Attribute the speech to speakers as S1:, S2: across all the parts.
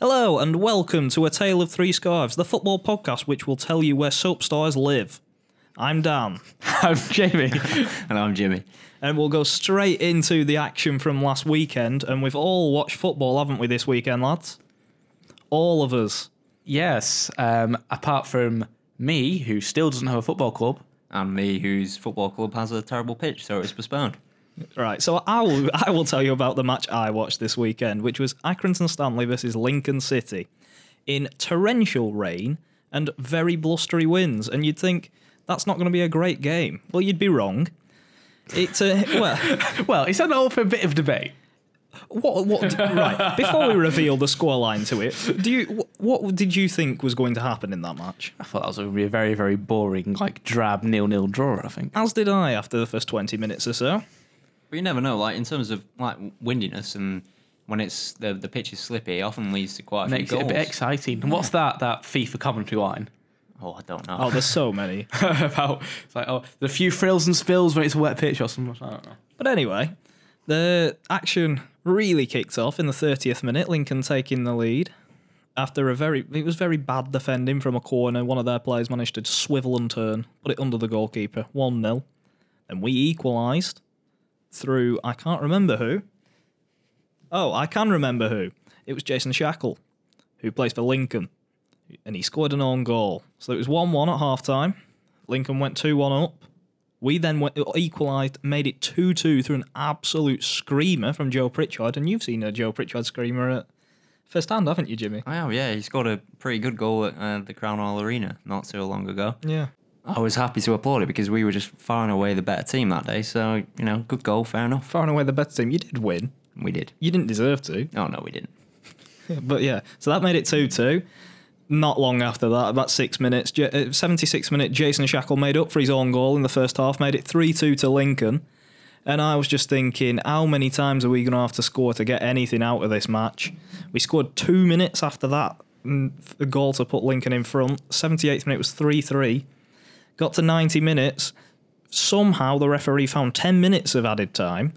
S1: Hello and welcome to A Tale of Three Scarves, the football podcast which will tell you where soap stars live. I'm Dan,
S2: I'm Jamie. and I'm Jimmy.
S1: and we'll go straight into the action from last weekend. And we've all watched football, haven't we, this weekend, lads? All of us.
S2: Yes, um, apart from me, who still doesn't have a football club.
S3: and me, whose football club has a terrible pitch, so it's postponed.
S1: Right, so I will, I will tell you about the match I watched this weekend, which was Accrington Stanley versus Lincoln City in torrential rain and very blustery winds. And you'd think that's not going to be a great game. Well, you'd be wrong. It, uh, well,
S2: Well, it's an open bit of debate.
S1: what, what, right, before we reveal the scoreline to it, do you, wh- what did you think was going to happen in that match?
S2: I thought that was going to be a very, very boring, like drab nil-nil draw. I think.
S1: As did I after the first 20 minutes or so.
S3: But you never know, like in terms of like windiness and when it's the the pitch is slippy, it often leads to quite a
S2: Makes
S3: few
S2: it a
S3: goals.
S2: bit exciting. And what's that? That FIFA commentary line
S3: oh, I don't know.
S1: Oh, there's so many.
S2: about? It's like, oh, the few frills and spills when it's a wet pitch or something. I don't know.
S1: But anyway, the action really kicked off in the 30th minute. Lincoln taking the lead after a very it was very bad defending from a corner. One of their players managed to swivel and turn, put it under the goalkeeper, one 0 Then we equalised through I can't remember who. Oh, I can remember who. It was Jason Shackle, who plays for Lincoln, and he scored an own goal. So it was one-one at half time. Lincoln went two-one up. We then went, equalised, made it 2 2 through an absolute screamer from Joe Pritchard. And you've seen a Joe Pritchard screamer at first hand, haven't you, Jimmy?
S3: Wow, Oh, yeah, he scored a pretty good goal at uh, the Crown Hall Arena not so long ago.
S1: Yeah.
S3: I was happy to applaud it because we were just far and away the better team that day. So you know, good goal, fair enough.
S1: Far and away the better team. You did win.
S3: We did.
S1: You didn't deserve to.
S3: Oh no, we didn't.
S1: But yeah, so that made it 2 2. Not long after that, about six minutes, J- uh, 76 minute, Jason Shackle made up for his own goal in the first half, made it 3 2 to Lincoln. And I was just thinking, how many times are we going to have to score to get anything out of this match? We scored two minutes after that mm, f- a goal to put Lincoln in front. 78th minute was 3 3. Got to 90 minutes. Somehow the referee found 10 minutes of added time.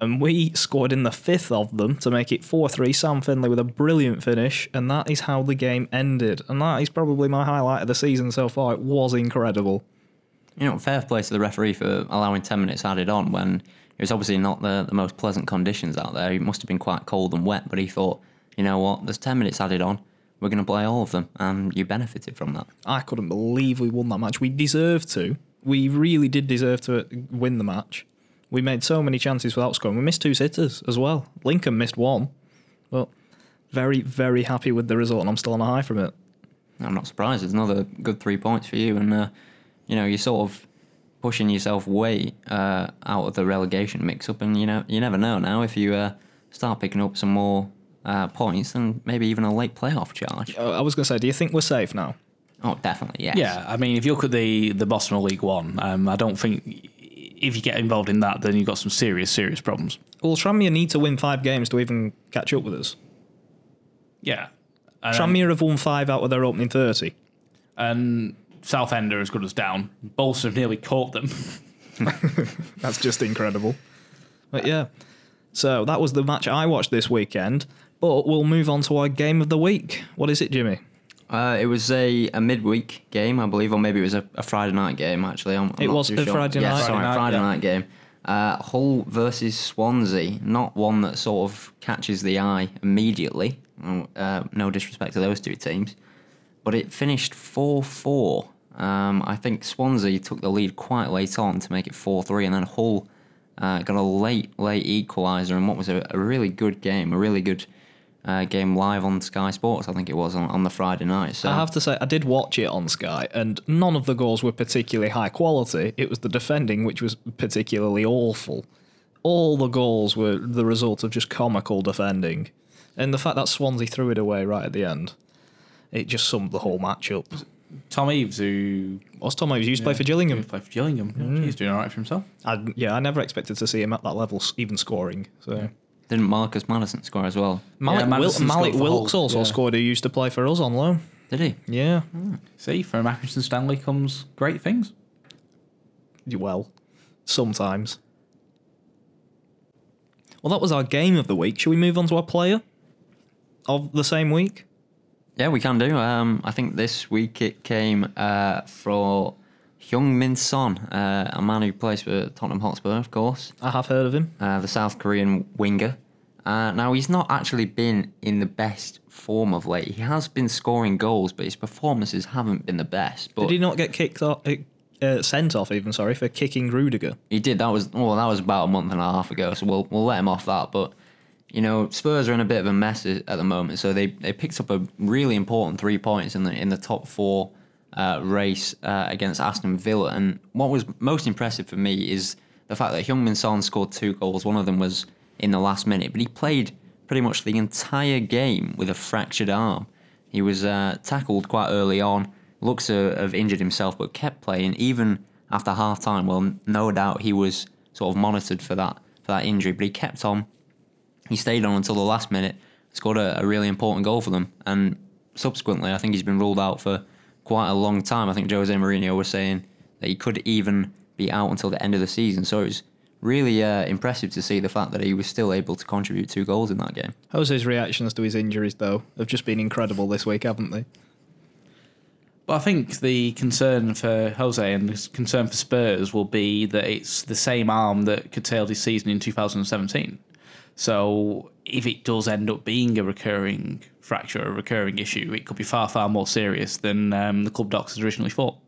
S1: And we scored in the fifth of them to make it 4 3. Sam Finley with a brilliant finish. And that is how the game ended. And that is probably my highlight of the season so far. It was incredible.
S3: You know, fair play to the referee for allowing ten minutes added on when it was obviously not the, the most pleasant conditions out there. It must have been quite cold and wet, but he thought, you know what, there's ten minutes added on. We're going to play all of them, and you benefited from that.
S1: I couldn't believe we won that match. We deserved to. We really did deserve to win the match. We made so many chances without scoring. We missed two sitters as well. Lincoln missed one. But very, very happy with the result, and I'm still on a high from it.
S3: I'm not surprised. It's another good three points for you, and uh, you know you're sort of pushing yourself way uh, out of the relegation mix-up, and you know you never know now if you uh, start picking up some more uh, points and maybe even a late playoff charge.
S1: Uh, I was going to say, do you think we're safe now?
S3: Oh, definitely, yes.
S2: Yeah, I mean, if you look at the the bottom of League One, um, I don't think if you get involved in that, then you've got some serious, serious problems.
S1: Well, Tranmere need to win five games to even catch up with us.
S2: Yeah, and,
S1: Tranmere have won five out of their opening 30.
S2: and Southend are as good as down. Bolton have nearly caught them.
S1: That's just incredible. But yeah. So that was the match I watched this weekend. But we'll move on to our game of the week. What is it, Jimmy?
S3: Uh, it was a, a midweek game, I believe, or maybe it was a, a Friday night game, actually. I'm, I'm
S1: It
S3: not
S1: was
S3: too
S1: a
S3: sure.
S1: Friday
S3: yeah,
S1: night.
S3: Sorry,
S1: Friday night,
S3: Friday,
S1: yeah.
S3: night game. Uh, Hull versus Swansea, not one that sort of catches the eye immediately. Uh, no disrespect to those two teams. But it finished 4 4. Um, I think Swansea took the lead quite late on to make it 4 3, and then Hull uh, got a late, late equaliser in what was a, a really good game, a really good. Uh, game live on Sky Sports, I think it was on, on the Friday night. So
S1: I have to say, I did watch it on Sky, and none of the goals were particularly high quality. It was the defending which was particularly awful. All the goals were the result of just comical defending. And the fact that Swansea threw it away right at the end, it just summed the whole match up.
S2: Tom Eaves, who
S1: Was Tom Hughes used to play for
S2: who
S1: Gillingham? Mm.
S2: played for Gillingham, he's doing all right for himself.
S1: I, yeah, I never expected to see him at that level, s- even scoring. So
S3: Didn't Marcus Madison score as well?
S1: Malik, Wil-
S2: Madison scored
S1: Malik
S2: for
S1: Wilkes
S2: Hull,
S1: also
S2: yeah.
S1: scored, who used to play for us on loan.
S3: Did he?
S1: Yeah,
S2: See, from Accrington Stanley comes great things.
S1: well, sometimes. Well, that was our game of the week. Shall we move on to our player? of the same week?
S3: Yeah, we can do. Um, I think this week it came uh, for Hyung Min Son, uh, a man who plays for Tottenham Hotspur, of course,
S1: I have heard of him.
S3: uh, the South Korean winger. Uh, now, he's not actually been in the best form of late. He has been scoring goals, but his performances haven't been the best. But
S1: Did he not get kicked off, uh, sent off even, sorry, for kicking Rudiger?
S3: He did. That was well. That was about a month and a half ago. So we'll we'll let him off that. But you know, Spurs are in a bit of a mess at at the moment. So they they picked up a really important three points in the in the top four uh, race uh, against Aston Villa. And what was most impressive for me is the fact that Heung-Min Son scored two goals. One of them was in the last minute, but he played pretty much the entire game with a fractured arm. He was uh, tackled quite early on. Looks to have injured himself, but kept playing even after half time. Well, no doubt he was sort of monitored for that for that injury, but he kept on. He stayed on until the last minute, scored a, a really important goal for them, and subsequently, I think he's been ruled out for quite a long time. I think Jose Mourinho was saying that he could even be out until the end of the season. So it was really uh, impressive to see the fact that he was still able to contribute two goals in that game.
S1: Jose's reactions to his injuries, though, have just been incredible this week, haven't they?
S2: But I think the concern for Jose and the concern for Spurs will be that it's the same arm that curtailed his season in 2017. So if it does end up being a recurring fracture, a recurring issue, it could be far, far more serious than um, the club docs had originally thought.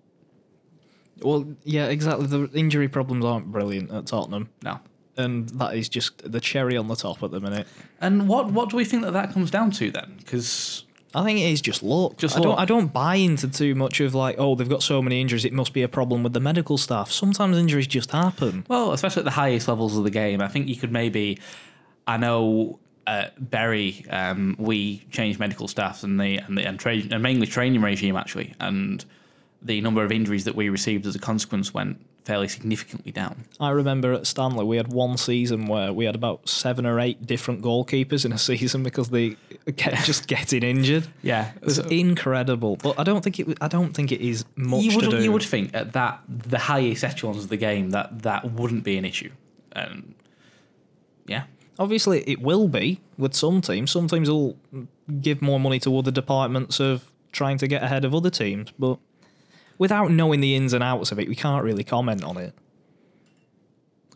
S1: Well, yeah, exactly. The injury problems aren't brilliant at Tottenham,
S2: No.
S1: and that is just the cherry on the top at the minute.
S2: And what, what do we think that that comes down to then? Because
S1: I think it is just luck.
S2: Just
S1: I don't
S2: luck.
S1: I don't buy into too much of like, oh, they've got so many injuries, it must be a problem with the medical staff. Sometimes injuries just happen.
S2: Well, especially at the highest levels of the game, I think you could maybe. I know uh, Berry. Um, we changed medical staff and the and the and, tra- and mainly training regime actually, and the number of injuries that we received as a consequence went fairly significantly down.
S1: I remember at Stanley we had one season where we had about seven or eight different goalkeepers in a season because they kept just getting injured.
S2: Yeah,
S1: It was incredible, but I don't think it. wa- I don't think it is much
S2: you
S1: to
S2: would
S1: do.
S2: you would think at that the highest echelons of the game that that wouldn't be an issue. Um, yeah,
S1: Obviously, it will be with some teams. Some teams will give more money to other departments of trying to get ahead of other teams, but without knowing the ins and outs of it, we can't really comment on it.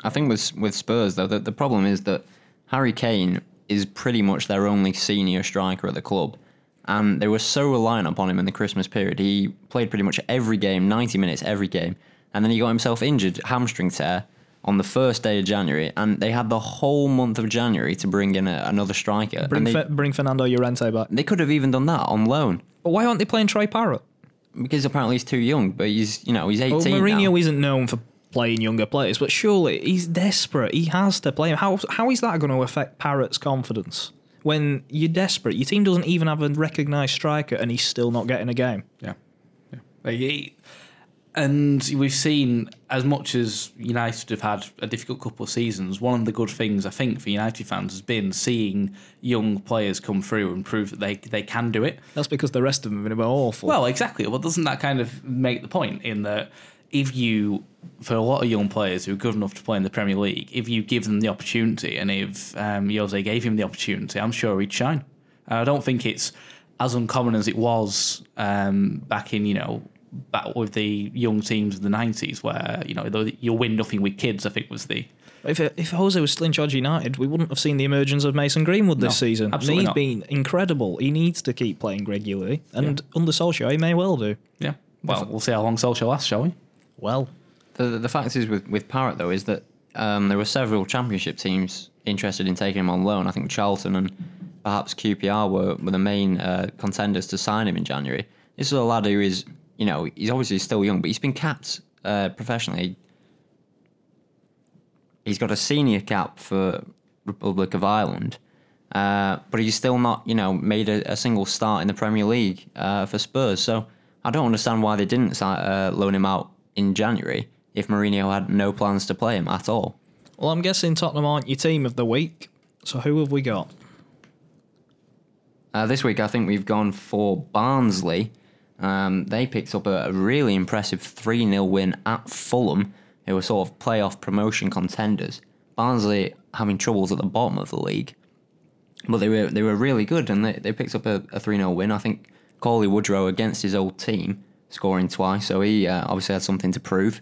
S3: I think with with Spurs though, the, the problem is that Harry Kane is pretty much their only senior striker at the club, and they were so reliant upon him in the Christmas period. He played pretty much every game, ninety minutes every game, and then he got himself injured, hamstring tear, on the first day of January, and they had the whole month of January to bring in a, another striker.
S1: Bring,
S3: and they,
S1: Fe- bring Fernando Llorente back.
S3: they could have even done that on loan
S1: But why aren't they playing Troy Parrott?
S3: because apparently he's too young, but he's you know he's eighteen
S1: Well, Mourinho
S3: now.
S1: isn't known for playing younger players, but surely he's desperate. He has to play him. How, how is that going to affect Parrott's confidence? When you're desperate, your team doesn't even have a recognised striker and he's still not getting a game.
S2: Yeah. yeah. Like, he- and we've seen, as much as United have had a difficult couple of seasons, one of the good things, I think, for United fans has been seeing young players come through and prove that they, they can do it.
S1: That's because the rest of them have been awful.
S2: Well, exactly. Well, doesn't that kind of make the point in that if you, for a lot of young players who are good enough to play in the Premier League, if you give them the opportunity and if um, Jose gave him the opportunity, I'm sure he'd shine. And I don't think it's as uncommon as it was um, back in, you know, back with the young teams of the 90s where, you know, though you'll win nothing with kids, I think was the.
S1: If, if Jose was still in charge of United, we wouldn't have seen the emergence of Mason Greenwood this
S2: No,
S1: season. And
S2: absolutely
S1: He's
S2: not.
S1: been incredible. He needs to keep playing regularly, and under Solskjaer, he may well do.
S2: Yeah. Well, we'll see how long Solskjaer lasts, shall we?
S1: Well,
S3: The, the fact is with, with Parrott though is that um, there were several championship teams interested in taking him on loan. I think Charlton and perhaps QPR were, were the main uh, contenders to sign him in January. This is a lad who is you know he's obviously still young, but he's been capped uh, professionally. He's got a senior cap for Republic of Ireland, uh, but he's still not you know made a, a single start in the Premier League uh, for Spurs. So I don't understand why they didn't si- uh, loan him out in January if Mourinho had no plans to play him at all.
S1: well, I'm guessing Tottenham aren't your team of the week. So who have we got?
S3: Uh, this week, I think we've gone for Barnsley. Um, they picked up a, a really impressive 3 0 win at Fulham, who were sort of playoff promotion contenders. Barnsley having troubles at the bottom of the league. But they were they were really good, and they, they picked up a, a 3 0 win. I think Corley Woodrow against his old team scoring twice, so he uh, obviously had something to prove.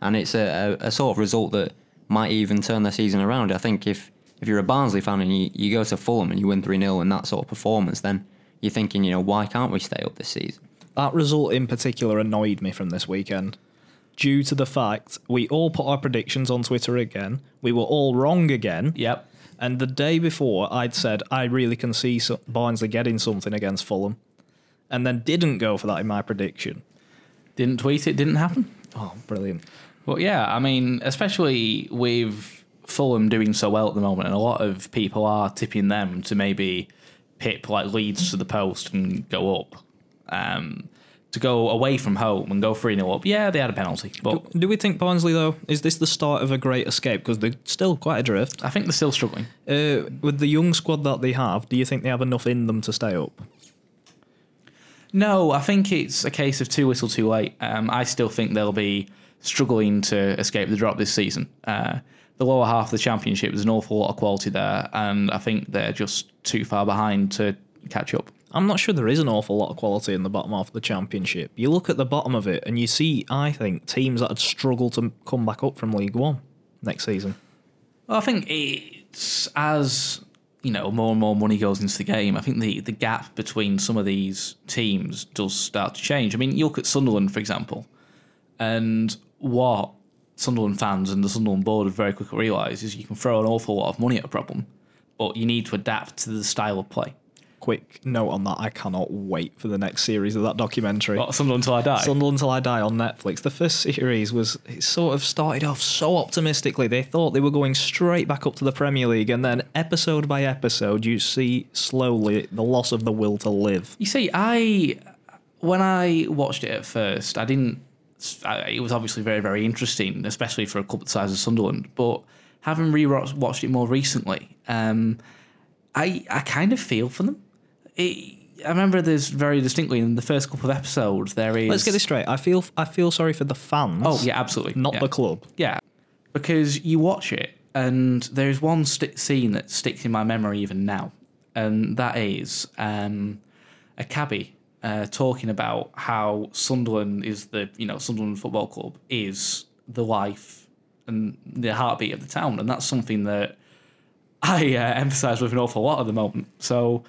S3: And it's a, a, a sort of result that might even turn their season around. I think if, if you're a Barnsley fan and you, you go to Fulham and you win 3 0 and that sort of performance, then you're thinking, you know, why can't we stay up this season?
S1: That result in particular annoyed me from this weekend due to the fact we all put our predictions on Twitter again. We were all wrong again.
S2: Yep.
S1: And the day before, I'd said I really can see so- Barnsley getting something against Fulham, and then didn't go for that in my prediction.
S2: Didn't tweet it, didn't happen.
S1: Oh, brilliant!
S2: Well, yeah, I mean, especially with Fulham doing so well at the moment, and a lot of people are tipping them to maybe pip like leads to the post and go up. Um, to go away from home and go 3 0 up. Yeah, they had a penalty, but
S1: Oh, Do we think Barnsley though? Is this the start of a great escape? Because they're still quite adrift.
S2: I think they're still struggling.
S1: Uh, with the young squad that they have, do you think they have enough in them to stay up?
S2: No, I think it's a case of two whistle too late. Um, I still think they'll be struggling to escape the drop this season. Uh, the lower half of the championship, there's an awful lot of quality there, and I think they're just too far behind to catch up.
S1: I'm not sure there is an awful lot of quality in the bottom half of the championship. You look at the bottom of it and you see, I think, teams that had struggled to come back up from League One next season.
S2: Well, I think it's as you know more and more money goes into the game. I think the the gap between some of these teams does start to change. I mean, you look at Sunderland for example, and what Sunderland fans and the Sunderland board have very quickly realised is you can throw an awful lot of money at a problem, but you need to adapt to the style of play.
S1: Quick note on that, I cannot wait for the next series of that documentary.
S2: But Sunderland till I die.
S1: Sunderland Till I Die on Netflix. The first series was it sort of started off so optimistically. They thought they were going straight back up to the Premier League, and then episode by episode, you see slowly the loss of the will to live.
S2: You see, I when I watched it at first, I didn't. I, it was obviously very, very interesting, especially for a club the size of Sunderland. But having re-watched it more recently, um, I I kind of feel for them. It, I remember this very distinctly in the first couple of episodes. There is
S1: Let's get this straight. I feel I feel sorry for the fans.
S2: Oh yeah, absolutely.
S1: not
S2: yeah.
S1: the club.
S2: Yeah, because you watch it, and there's one st- scene that sticks in my memory even now, and that is um, a cabbie uh, talking about how Sunderland is the you know Sunderland Football Club is the life and the heartbeat of the town, and that's something that I uh, emphasise with an awful lot at the moment. So.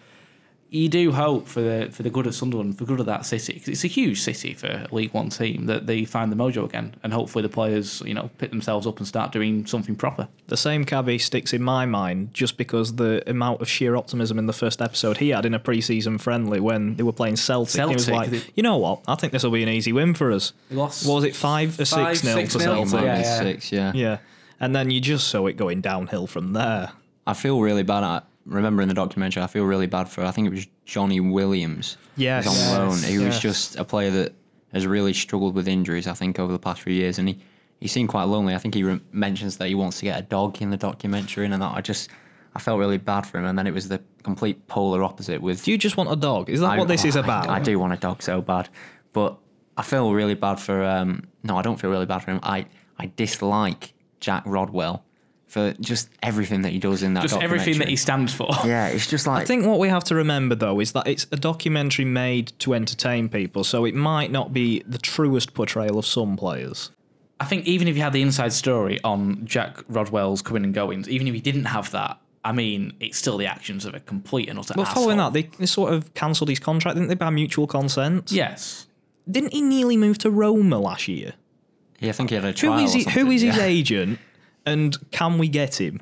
S2: You do hope for the for the good of Sunderland, for the good of that city, because it's a huge city for a League One team that they find the mojo again, and hopefully the players, you know, pick themselves up and start doing something proper.
S1: The same cabbie sticks in my mind just because the amount of sheer optimism in the first episode he had in a pre-season friendly when they were playing Celtic. He was
S2: Celtic,
S1: like,
S2: they-
S1: you know what? I think this will be an easy win for us.
S2: They lost
S1: What was it five or
S2: five,
S1: six nil to
S2: six nil.
S1: Celtic?
S2: Yeah,
S3: Minus
S2: yeah.
S3: six, yeah.
S1: Yeah, and then you just saw it going downhill from there.
S3: I feel really bad. I remember in the documentary, I feel really bad for. I think it was Johnny Williams.
S1: Yes.
S3: who's on loan. He was
S1: Yes.
S3: just a player that has really struggled with injuries. I think over the past few years, and he he seemed quite lonely. I think he re- mentions that he wants to get a dog in the documentary, and that I just I felt really bad for him. And then it was the complete polar opposite with.
S1: Do you just want a dog? Is that
S3: I-
S1: what this
S3: oh,
S1: is
S3: I-
S1: about?
S3: I, do want a dog so bad, but I feel really bad for. Um, no, I don't feel really bad for him. I I dislike Jack Rodwell for just everything that he does in that.
S2: just everything that
S3: documentary.
S2: he stands for.
S3: Yeah, it's just like
S1: I think what we have to remember though is that it's a documentary made to entertain people, so it might not be the truest portrayal of some players.
S2: I think even if you had the inside story on Jack Rodwell's coming and goings, even if you didn't have that, I mean, it's still the actions of a complete and utter.
S1: But following
S2: asshole.
S1: that, they, they sort of cancelled his contract, didn't they, by mutual consent?
S2: yes,
S1: Didn't he nearly move to Roma last year?
S3: yeah, I think he had a
S1: Who
S3: trial.
S1: is
S3: or
S1: he, who
S3: something,
S1: is
S3: yeah.
S1: his agent, and can we get him?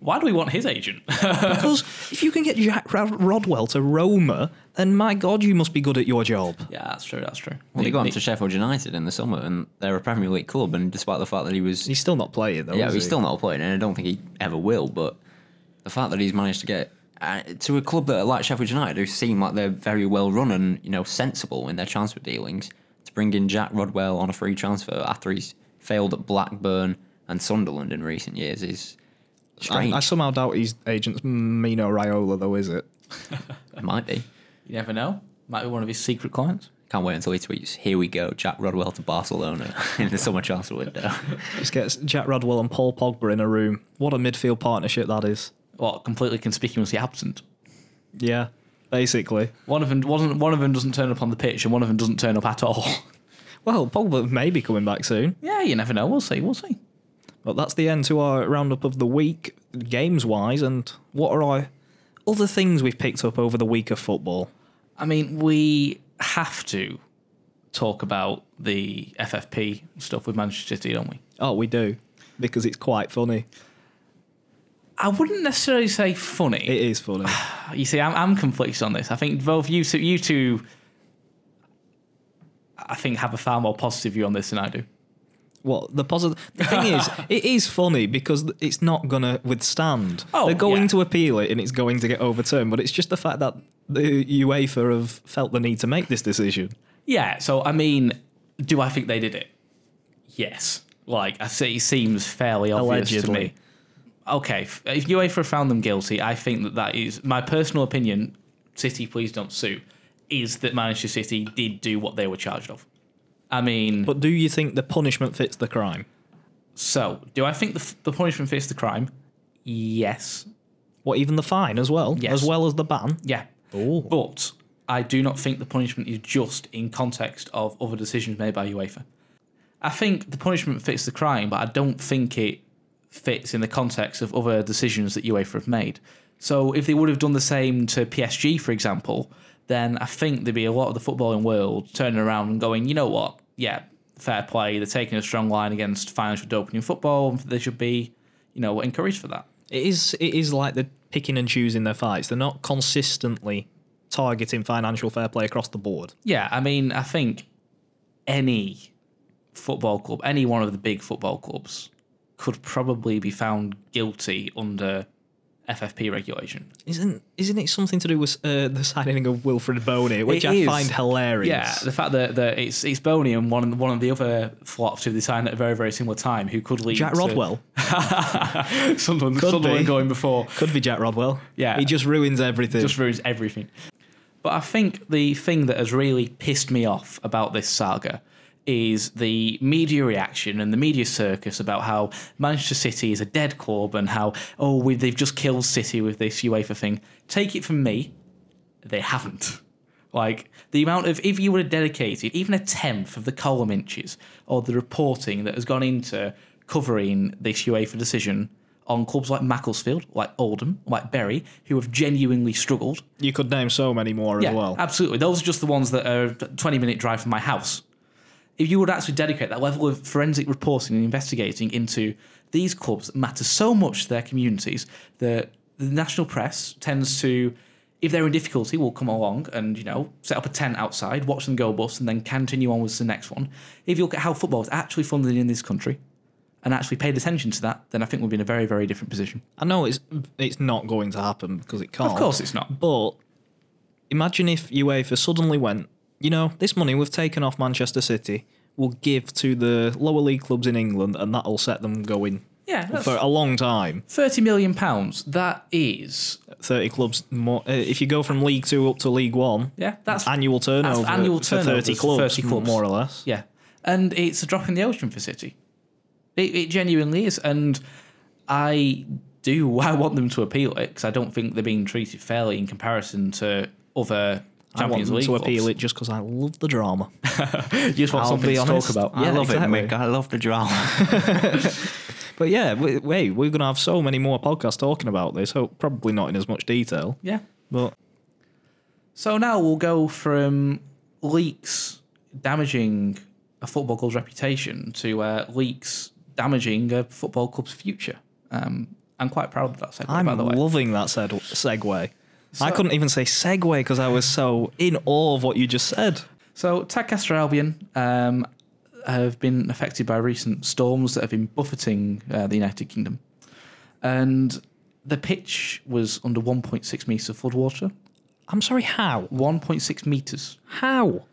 S2: why do we want his agent?
S1: Because if you can get Jack Rod- Rodwell to Roma, then my God, you must be good at your job.
S2: yeah, that's true. That's true.
S3: Well, he got him to Sheffield United in the summer, and they're a Premier League club. And despite the fact that he was,
S1: He's still not playing though.
S3: yeah,
S1: is
S3: he's
S1: he?
S3: still not playing, and I don't think he ever will. But the fact that he's managed to get uh, to a club that, are like Sheffield United, who seem like they're very well run and you know sensible in their transfer dealings, to bring in Jack Rodwell on a free transfer after he's failed at Blackburn and Sunderland in recent years is
S1: I,
S3: strange.
S1: I somehow doubt his agent's Mino Raiola though, is it?
S3: it might be.
S2: You never know. Might be one of his secret clients.
S3: Can't wait until he tweets. Here we go, Jack Rodwell to Barcelona in the summer transfer window.
S1: Just gets Jack Rodwell and Paul Pogba in a room. What a midfield partnership that is.
S2: well, completely conspicuously absent.
S1: Yeah, basically.
S2: One of them wasn't. One of them doesn't turn up on the pitch, and one of them doesn't turn up at all.
S1: Well, Pogba may be coming back soon.
S2: yeah, you never know. We'll see. We'll see.
S1: But that's the end to our roundup of the week, games wise, and what are our other things we've picked up over the week of football?
S2: I mean, we have to talk about the FFP stuff with Manchester City, don't we?
S1: Oh, we do, because it's quite funny.
S2: I wouldn't necessarily say funny.
S1: It is funny.
S2: You see, I'm, I'm conflicted on this. I think both you two, you two, I think have a far more positive view on this than I do.
S1: What the positive? The thing is, it is funny because it's not gonna withstand.
S2: Oh,
S1: They're going
S2: yeah.
S1: to appeal it, and it's going to get overturned. But it's just the fact that the UEFA have felt the need to make this decision.
S2: Yeah. So I mean, do I think they did it? Yes. Like I say, it seems fairly obvious to
S1: Allegedly.
S2: me. Okay, f- if UEFA have found them guilty, I think that that is my personal opinion. City, please don't sue. Is that Manchester City did do what they were charged of? I mean,
S1: But do you think the punishment fits the crime?
S2: so do I think the, f- the punishment fits the crime? Yes.
S1: What even the fine as well,
S2: Yes.
S1: as well as the ban?
S2: Yeah.
S1: Oh,
S2: But I do not think the punishment is just in context of other decisions made by UEFA. I think the punishment fits the crime, but I don't think it fits in the context of other decisions that UEFA have made. So if they would have done the same to PSG, for example, then I think there'd be a lot of the footballing world turning around and going, you know what? Yeah, fair play. They're taking a strong line against financial doping in football, and they should be, you know, encouraged for that.
S1: it is. It is like they're picking and choosing their fights. They're not consistently targeting financial fair play across the board.
S2: Yeah, I mean, I think any football club, any one of the big football clubs, could probably be found guilty under FFP regulation.
S1: Isn't isn't it something to do with uh, the signing of Wilfred Boney, which
S2: It
S1: I
S2: is.
S1: find hilarious?
S2: Yeah, the fact that, that it's it's Boney and one one of the other flops who they signed at a very very similar time who could lead
S1: Jack
S2: to-
S1: Rodwell.
S2: Sunderland,
S1: Could be.
S2: Sunderland going before
S1: Could be Jack Rodwell.
S2: Yeah.
S1: He just ruins everything.
S2: just ruins everything. But I think the thing that has really pissed me off about this saga is the media reaction and the media circus about how Manchester City is a dead club and how oh we, they've just killed City with this UEFA thing. Take it from me, they haven't. Like the amount of if you would have dedicated even a tenth of the column inches or the reporting that has gone into covering this UEFA decision on clubs like Macclesfield, like Oldham, like Bury, who have genuinely struggled.
S1: you could name so many more as well.
S2: absolutely. Those are just the ones that are a twenty minute drive from my house. If you would actually dedicate that level of forensic reporting and investigating into these clubs that matter so much to their communities, the the national press tends to if they're in difficulty, will come along and, you know, set up a tent outside, watch them go bust, and then continue on with the next one. If you look at how football is actually funded in this country and actually paid attention to that, then I think we'll be in a very, very different position.
S1: I know it's it's not going to happen because it can't.
S2: Of course it's not.
S1: But imagine if UEFA suddenly went, you know, this money we've taken off Manchester City, we'll give to the lower league clubs in England, and that'll set them going
S2: Yeah. that's-
S1: for a long time.
S2: 30 million pounds, that is
S1: Thirty clubs more. Uh, if you go from League Two up to League One,
S2: Yeah, that's
S1: annual turnover.
S2: annual
S1: for thirty
S2: turnovers,
S1: clubs,
S2: 30 clubs.
S1: more or less.
S2: yeah, and it's a drop in the ocean for City. It, it genuinely is, and I do. I want them to appeal it because I don't think they're being treated fairly in comparison to other
S1: I want
S2: Champions
S1: them
S2: League
S1: to appeal
S2: clubs.
S1: it just because I love the drama.
S2: You just want
S1: I'll
S2: something
S1: be
S2: to
S1: honest.
S2: talk about.
S1: Yeah,
S3: I love
S1: exactly.
S3: it, Mick. I love the drama.
S1: But yeah, w- wait, we're going to have so many more podcasts talking about this. Hope probably not in as much detail,
S2: Yeah.
S1: but
S2: So now we'll go from leaks damaging a football club's reputation to uh, leaks damaging a football club's future. Um, I'm quite proud of that segment,
S1: I'm
S2: by the way.
S1: loving that sed- segue. I couldn't even say segue because I was so in awe of what you just said.
S2: So, Tadcaster Albion um, have been affected by recent storms that have been buffeting uh, the United Kingdom. And the pitch was under 1.6 metres of floodwater.
S1: I'm sorry, how?
S2: 1.6 metres.
S1: How?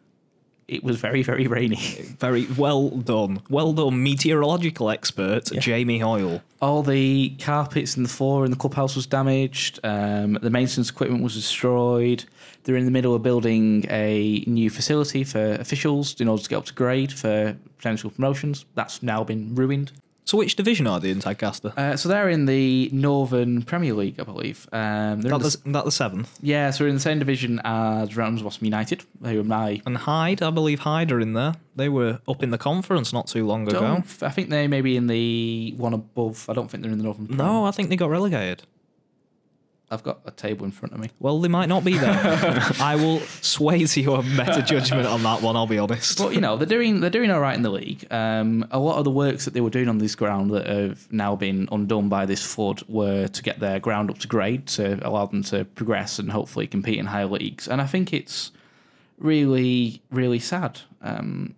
S2: It was very, very rainy.
S1: Very well done. Well done, meteorological expert Jamie Hoyle.
S2: All the carpets in the floor in the clubhouse was damaged. Um, the maintenance equipment was destroyed. They're in the middle of building a new facility for officials in order to get up to grade for potential promotions. That's now been ruined.
S1: So which division are they in Tadcaster?
S2: Uh, so they're in the Northern Premier League, I believe. Um, they're
S1: that,
S2: in the, s-
S1: the, that the seventh.
S2: yeah, so we're in the same division as Ramsbottom United, who are my.
S1: And Hyde, I believe Hyde are in there. They were up in the conference not too long ago.
S2: Don't, I think they may be in the one above. I don't think they're in the Northern. Premier
S1: No, I think they got relegated.
S2: I've got a table in front of me.
S1: Well, they might not be there. I will sway to your better judgment on that one. I'll be honest.
S2: But you know they're doing they're doing all right in the league. Um, a lot of the works that they were doing on this ground that have now been undone by this flood were to get their ground up to grade to allow them to progress and hopefully compete in higher leagues. And I think it's really really sad. Um,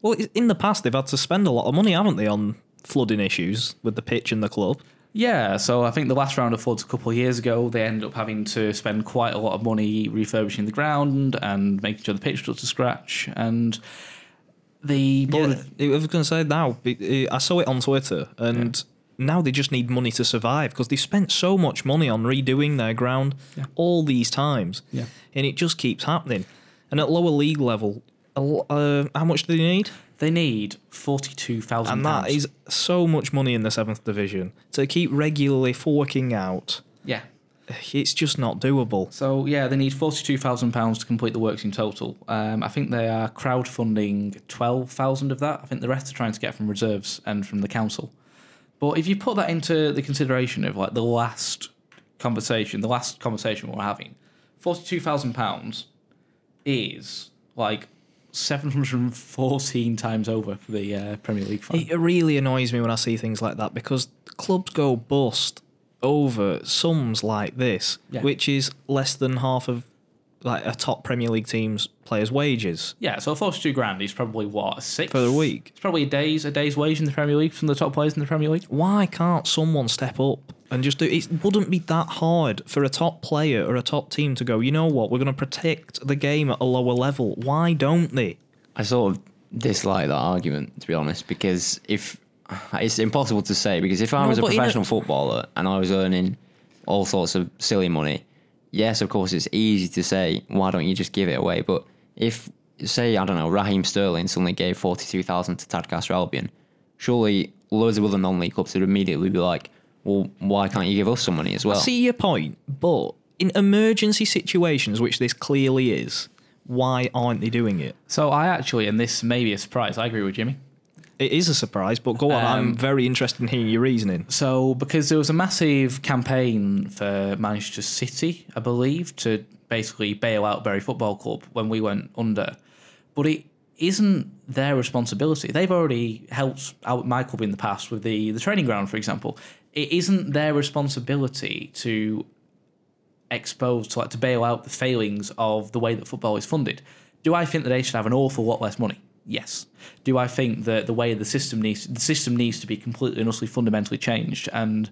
S1: Well, i- in the past they've had to spend a lot of money, haven't they, on flooding issues with the pitch and the club?
S2: yeah, so I think the last round of floods a couple of years ago, they ended up having to spend quite a lot of money refurbishing the ground and making sure the pitch was to scratch. And the board of
S1: I was going to say now. be- I saw it on Twitter, and now they just need money to survive because they spent so much money on redoing their ground all these times,
S2: Yeah.
S1: and it just keeps happening. And at lower league level, a l- uh, how much do they need?
S2: They need forty-two thousand.
S1: And that is so much money in the seventh division to keep regularly forking out.
S2: yeah.
S1: It's just not doable.
S2: So yeah, they need forty-two thousand pounds to complete the works in total. Um, I think they are crowdfunding twelve thousand of that. I think the rest are trying to get from reserves and from the council. But if you put that into the consideration of like the last conversation, the last conversation we we're having, forty-two thousand pounds is like seven hundred and fourteen times over for the uh, Premier League fund.
S1: It really annoys me when I see things like that because clubs go bust over sums like this,
S2: Yeah.
S1: which is less than half of like a top Premier League team's players' wages.
S2: Yeah, so forty-two grand is probably what a sixth
S1: For the week.
S2: It's probably a day's a day's wage in the Premier League from the top players in the Premier League.
S1: Why can't someone step up and just do it? Wouldn't be that hard for a top player or a top team to go, you know what, we're going to protect the game at a lower level. Why don't they?
S3: I sort of dislike that argument, to be honest, because if it's impossible to say, because if I
S1: No,
S3: was a
S1: but in a-
S3: professional footballer and I was earning all sorts of silly money, yes, of course, it's easy to say, why don't you just give it away? But if, say, I don't know, Raheem Sterling suddenly gave 42,000 to Tadcaster Albion, surely loads of other non league clubs would immediately be like, well, why can't you give us some money as well?
S1: see your point, but in emergency situations, which this clearly is, why aren't they doing it?
S2: So I actually, and this may be a surprise, I agree with Jimmy.
S1: It is a surprise, but go on.
S2: Um,
S1: I'm very interested in hearing your reasoning.
S2: So because there was a massive campaign for Manchester City, I believe, to basically bail out Bury Football Club when we went under, but it isn't their responsibility. They've already helped out my club in the past with the the training ground, for example. It isn't their responsibility to exposed to like to bail out the failings of the way that football is funded. Do I think that they should have an awful lot less money? Yes. Do I think that the way the system needs the system needs to be completely and utterly fundamentally changed and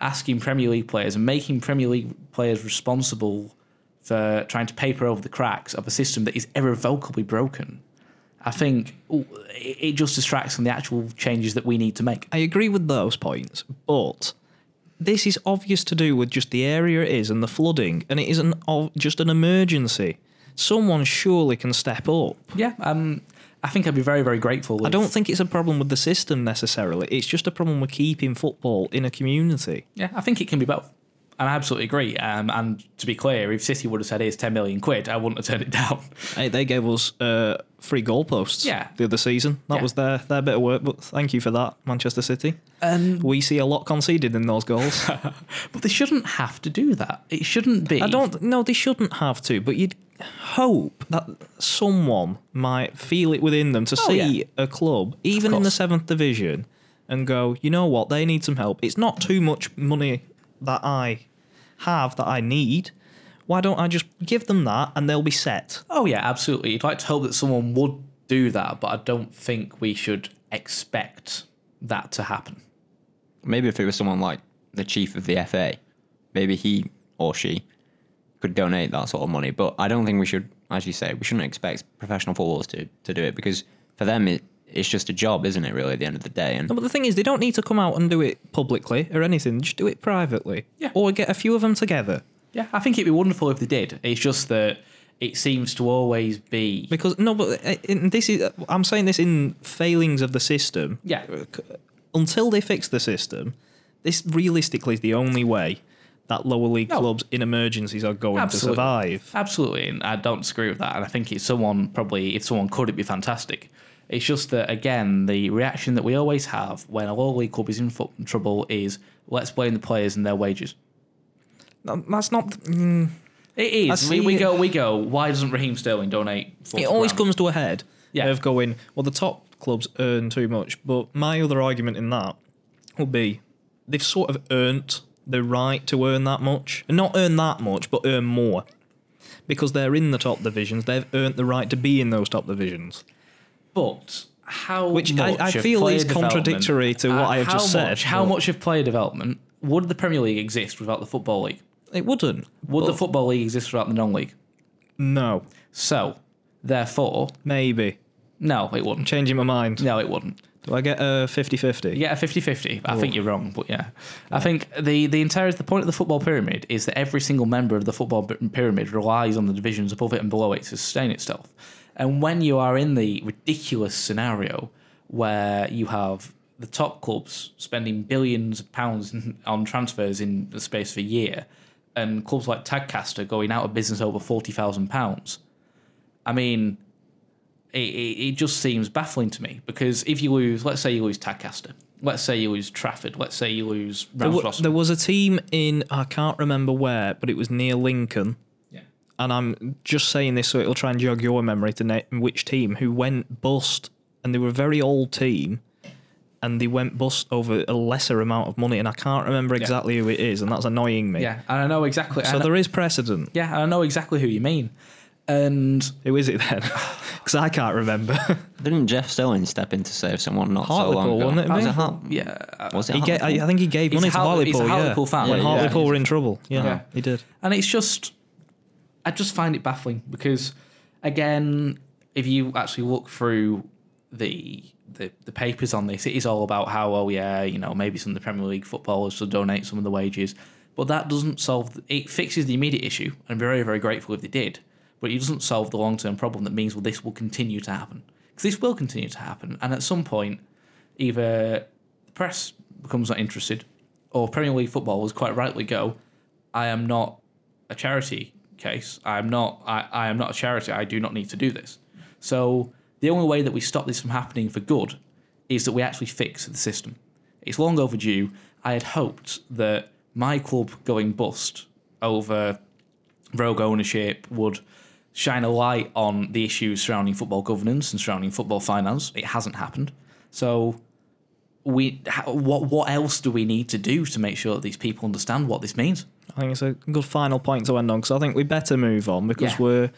S2: asking Premier League players and making Premier League players responsible for trying to paper over the cracks of a system that is irrevocably broken? I think ooh, it it just distracts from the actual changes that we need to make.
S1: I agree with those points, but this is obvious to do with just the area it is and the flooding, and it is an of just an emergency. Someone surely can step up.
S2: Yeah, um, I think I'd be very, very grateful.
S1: I don't think it's a problem with the system necessarily. It's just a problem with keeping football in a community.
S2: Yeah, I think it can be both. I absolutely agree. Um, and to be clear, if City would have said here's ten million quid, I wouldn't have turned it down.
S1: Hey, they gave us uh, free goalposts.
S2: Yeah.
S1: The other season, that
S2: Yeah.
S1: was their their bit of work. But thank you for that, Manchester City.
S2: Um,
S1: We see a lot conceded in those goals.
S2: but they shouldn't have to do that. It shouldn't be.
S1: I don't. No, they shouldn't have to. But you'd hope that someone might feel it within them to
S2: Oh,
S1: see
S2: yeah.
S1: a club, even in the
S2: course.
S1: seventh division, and go. You know what? They need some help. It's not too much money that I have that I need. Why don't I just give them that and they'll be set?
S2: Oh yeah, absolutely. You'd like to hope that someone would do that, but I don't think we should expect that to happen.
S3: Maybe if it was someone like the chief of the FA, maybe he or she could donate that sort of money. But I don't think we should, as you say, we shouldn't expect professional footballers to, to do it because for them it, it's just a job, isn't it? Really, at the end of the day, and
S1: No, Oh, but the thing is, they don't need to come out and do it publicly or anything. Just do it privately.
S2: Yeah.
S1: Or get a few of them together.
S2: Yeah, I think it'd be wonderful if they did. It's just that it seems to always be.
S1: uh, Because no, but uh, in, this is I'm saying this in failings of the system.
S2: Yeah.
S1: until they fix the system, this realistically is the only way that lower league
S2: No.
S1: clubs in emergencies are going
S2: Absolutely.
S1: to survive.
S2: Absolutely, and I don't disagree with that. And I think it's someone probably, if someone could, it'd be fantastic. It's just that again, the reaction that we always have when a lower league club is in fo- trouble is let's blame the players and their wages.
S1: Um, That's not.
S2: It is. We,
S1: see
S2: we
S1: it.
S2: go, we go. Why doesn't Raheem Sterling donate? 40
S1: It always
S2: grand?
S1: comes to a head
S2: Yeah.
S1: of going, well, the top clubs earn too much. But my other argument in that would be they've sort of earned the right to earn that much. And not earn that much, but earn more. Because they're in the top divisions, they've earned the right to be in those top divisions.
S2: But how
S1: Which I-
S2: much
S1: I
S2: of
S1: feel
S2: player
S1: is contradictory
S2: development-
S1: to what I have
S2: how
S1: just said,
S2: much- How
S1: but-
S2: much of player development would the Premier League exist without the Football League?
S1: It wouldn't.
S2: Would the Football League exist without the non-league?
S1: No,
S2: So, therefore,
S1: maybe.
S2: no, it wouldn't.
S1: Changing my mind.
S2: No, it wouldn't.
S1: Do I get a 50 50?
S2: You get a 50 50. I think you're wrong, but yeah. I think the, the entire the point of the football pyramid is that every single member of the football p- pyramid relies on the divisions above it and below it to sustain itself. And when you are in the ridiculous scenario where you have the top clubs spending billions of pounds in- on transfers in the space of a year, and clubs like Tadcaster going out of business over £40,000, I mean, it, it, it just seems baffling to me because if you lose, let's say you lose Tadcaster, let's say you lose Trafford, let's say you lose
S1: There, wa-
S2: Ramsross.
S1: there was a team in, I can't remember where, but it was near Lincoln.
S2: Yeah.
S1: And I'm just saying this so it'll try and jog your memory to na- which team who went bust. And they were a very old team. And they went bust over a lesser amount of money. And I can't remember exactly who it is. And that's annoying me.
S2: yeah, and I know exactly.
S1: So
S2: I know,
S1: there is precedent.
S2: yeah, and I know exactly who you mean. And
S1: Who is it then? Because I can't remember.
S3: Didn't Jeff Sterling step in to save someone not so long
S1: Hartlepool,
S3: ago?
S1: wasn't it,
S3: was
S1: mate?
S3: it Hart?
S2: yeah, uh,
S3: Was it
S1: he ga- I
S3: Hartlepool?
S1: I think he gave
S2: He's
S1: money
S2: a
S1: to
S2: Hartlepool-
S1: Hartlepool.
S2: he's a
S1: yeah.
S2: Hartlepool fan,
S1: When
S2: yeah, yeah.
S1: Hartlepool were in trouble. Yeah,
S2: Yeah.
S1: he did.
S2: and it's just I just find it baffling because again, if you actually look through the the, the papers on this, it is all about how oh yeah, you know maybe some of the Premier League footballers will donate some of the wages, but that doesn't solve it fixes the immediate issue, and I'm very very grateful if they did, but it doesn't solve the long term problem that means well this will continue to happen because this will continue to happen, and at some point, either the press becomes not interested, or Premier League footballers quite rightly go, I am not a charity case. I'm not. I, I am not a charity. I do not need to do this. So the only way that we stop this from happening for good is that we actually fix the system. It's long overdue. I had hoped that my club going bust over rogue ownership would shine a light on the issues surrounding football governance and surrounding football finance. It hasn't happened. So we how, what what else do we need to do to make sure that these people understand what this means?
S1: I think it's a good final point to end on because I think we better move on because
S2: Yeah.
S1: we're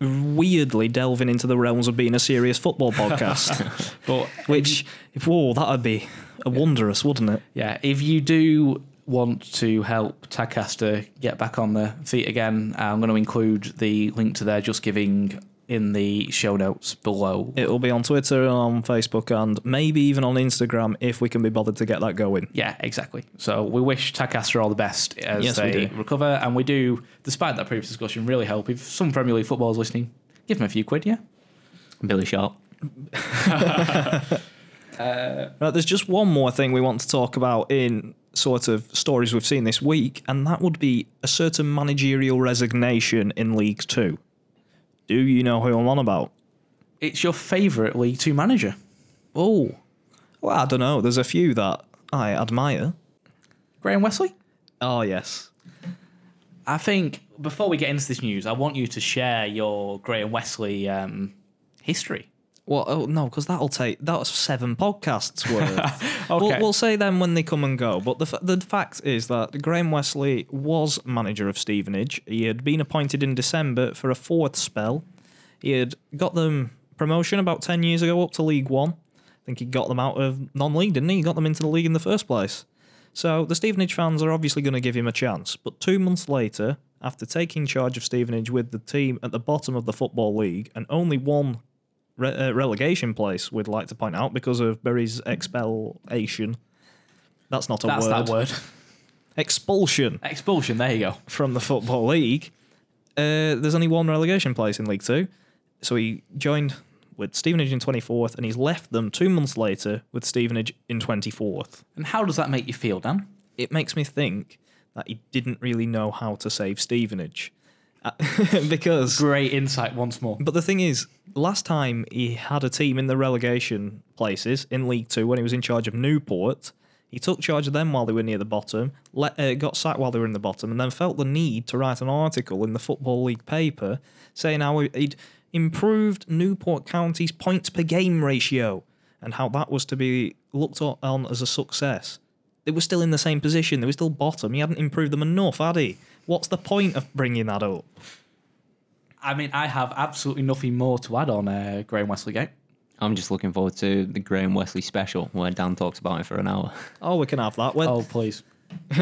S1: weirdly delving into the realms of being a serious football podcast.
S2: But
S1: which, if whoa, that'd be a wondrous, wouldn't it?
S2: Yeah, if you do want to help Tagcaster get back on their feet again, I'm going to include the link to their Just Giving in the show notes below.
S1: It'll be on Twitter and on Facebook and maybe even on Instagram if we can be bothered to get that going.
S2: Yeah, exactly. So we wish Tagcaster all the best as
S1: Yes, we
S2: they
S1: do.
S2: recover, and we do, despite that previous discussion, really hope if some Premier League footballers listening, give them a few quid, yeah.
S3: Billy Sharp.
S1: Right, there's just one more thing we want to talk about in sort of stories we've seen this week, and that would be a certain managerial resignation in League Two. Do you know who I'm on about?
S2: It's your favourite League Two manager.
S1: Oh, well, I don't know. There's a few that I admire.
S2: Graham Wesley?
S1: Oh yes,
S2: I think before we get into this news, I want you to share your Graham Wesley um, history.
S1: Well, oh no, because that'll take that's seven podcasts worth.
S2: Okay.
S1: we'll, we'll say them when they come and go. But the f- the fact is that Graham Wesley was manager of Stevenage. He had been appointed in December for a fourth spell. He had got them promotion about ten years ago up to League One. I think he got them out of non-league, didn't he? He got them into the league in the first place. So the Stevenage fans are obviously going to give him a chance. But two months later, after taking charge of Stevenage with the team at the bottom of the Football League and only one re- uh, relegation place, we'd like to point out, because of Bury's expellation. That's not a
S2: That's
S1: word.
S2: that word.
S1: Expulsion
S2: Expulsion. There you go.
S1: from the Football League. Uh, there's only one relegation place in League Two. So he joined with Stevenage in 24th, and he's left them two months later with Stevenage in 24th.
S2: And how does that make you feel, Dan?
S1: It makes me think that he didn't really know how to save Stevenage. Uh, because
S2: Great insight once more.
S1: but the thing is, last time he had a team in the relegation places in League Two when he was in charge of Newport, he took charge of them while they were near the bottom, let, uh, got sacked while they were in the bottom, and then felt the need to write an article in the Football League paper saying how he'd improved Newport County's points per game ratio and how that was to be looked o- on as a success. They were still in the same position, they were still bottom. He hadn't improved them enough, had he? What's the point of bringing that up?
S2: I mean, I have absolutely nothing more to add on uh, Graham Wesley
S3: I'm just looking forward to the Graham Wesley special where Dan talks about it for an hour.
S1: Oh, we can have that. When,
S2: Oh, please.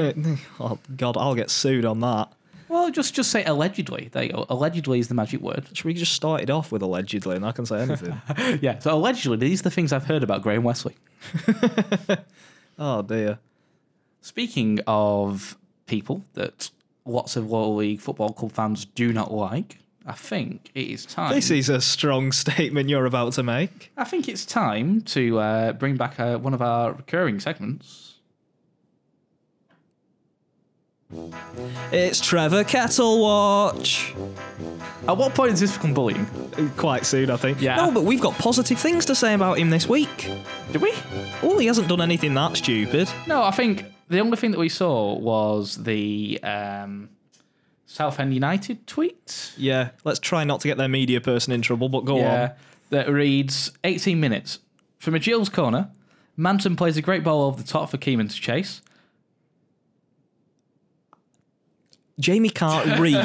S1: oh God, I'll get sued on that.
S2: Well, just just say allegedly. There you go. Allegedly is the magic word.
S1: Should we just start it off with allegedly, and I can say anything?
S2: yeah. So allegedly, these are the things I've heard about Graham Wesley.
S1: oh dear.
S2: Speaking of people that lots of lower league football club fans do not like, I think it is time.
S1: This is a strong statement you're about to make.
S2: I think it's time to uh, bring back uh, one of our recurring segments.
S1: It's Trevor Kettle Watch.
S2: At what point does this become bullying?
S1: Quite soon, I think.
S2: Yeah.
S1: No, but we've got positive things to say about him this week.
S2: Do we?
S1: Oh, he hasn't done anything that stupid.
S2: No, I think the only thing that we saw was the um, Southend United tweet.
S1: Yeah. Let's try not to get their media person in trouble, but go
S2: Yeah, that reads 18 minutes. From a Jill's corner, Manton plays a great ball over the top for Keeman to chase.
S1: on. Jamie can't read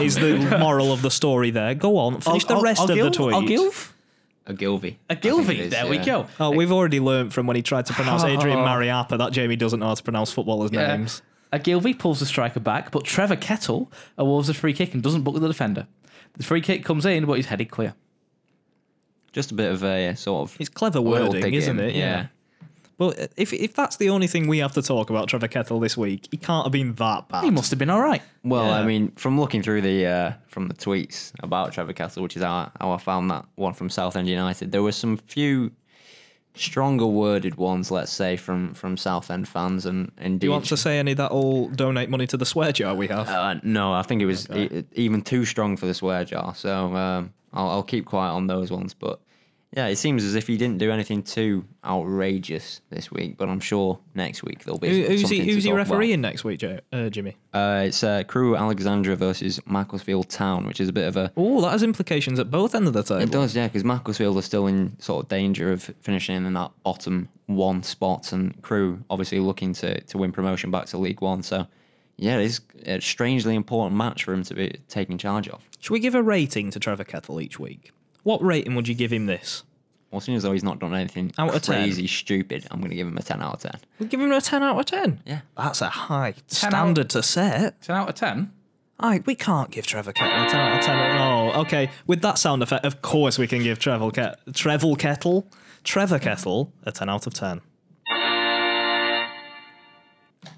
S1: is the moral of the story there. Go on, finish the rest of the tweet.
S2: Ogilv?
S3: A Gilvy.
S2: A Gilvy. There we go.
S1: Oh, we've already learnt from when he tried to pronounce Adrian Mariappa that Jamie doesn't know how to pronounce footballers'
S2: Yeah.
S1: names.
S2: A Gilvy pulls the striker back, but Trevor Kettle awards a free kick and doesn't book the defender. The free kick comes in, but he's headed clear.
S3: Just a bit of a uh, sort of
S1: It's clever
S3: oil
S1: wording,
S3: digging,
S1: isn't it?
S3: Yeah.
S1: But if if that's the only thing we have to talk about Trevor Kettle this week, he can't have been that bad.
S2: He must have been all right.
S3: Well, I
S1: Yeah.
S3: mean, from looking through the uh, from the tweets about Trevor Castle, which is how I, how I found that one from Southend United, there were some few stronger worded ones, let's say, from from Southend fans, and indeed,
S1: you want to say any that'll donate money to the swear jar we have?
S3: uh, no, I think it was e- e- even too strong for the swear jar. So um, I'll, I'll keep quiet on those ones, but. Yeah, it seems as if he didn't do anything too outrageous this week, but I'm sure next week there'll be
S1: Who- who's
S3: something
S1: he,
S3: to
S1: who's he
S3: talk about.
S1: refereeing next week, Jo- uh, Jimmy?
S3: Uh, it's uh, Crew Alexandra versus Macclesfield Town, which is a bit of a
S1: Oh, that has implications at both ends of the table.
S3: It does, yeah, because Macclesfield are still in sort of danger of finishing in that bottom one spot, and Crew obviously looking to, to win promotion back to League One. So, yeah, it's a strangely important match for him to be taking charge of.
S1: Should we give a rating to Trevor Kettle each week? What rating would you give him this?
S3: Well, seeing as though he's not done anything
S1: Out of 10.
S3: crazy stupid, I'm going to give him a 10 out of 10.
S1: We'd give him a 10 out of 10.
S3: Yeah.
S1: That's a high
S2: out-
S1: standard to set.
S2: 10 out of 10.
S1: I, we can't give Trevor Kettle a 10 out of 10. Oh, okay. With that sound effect, of course we can give Trevor, Ket- Trevor Kettle Trevor Kettle a 10 out of 10.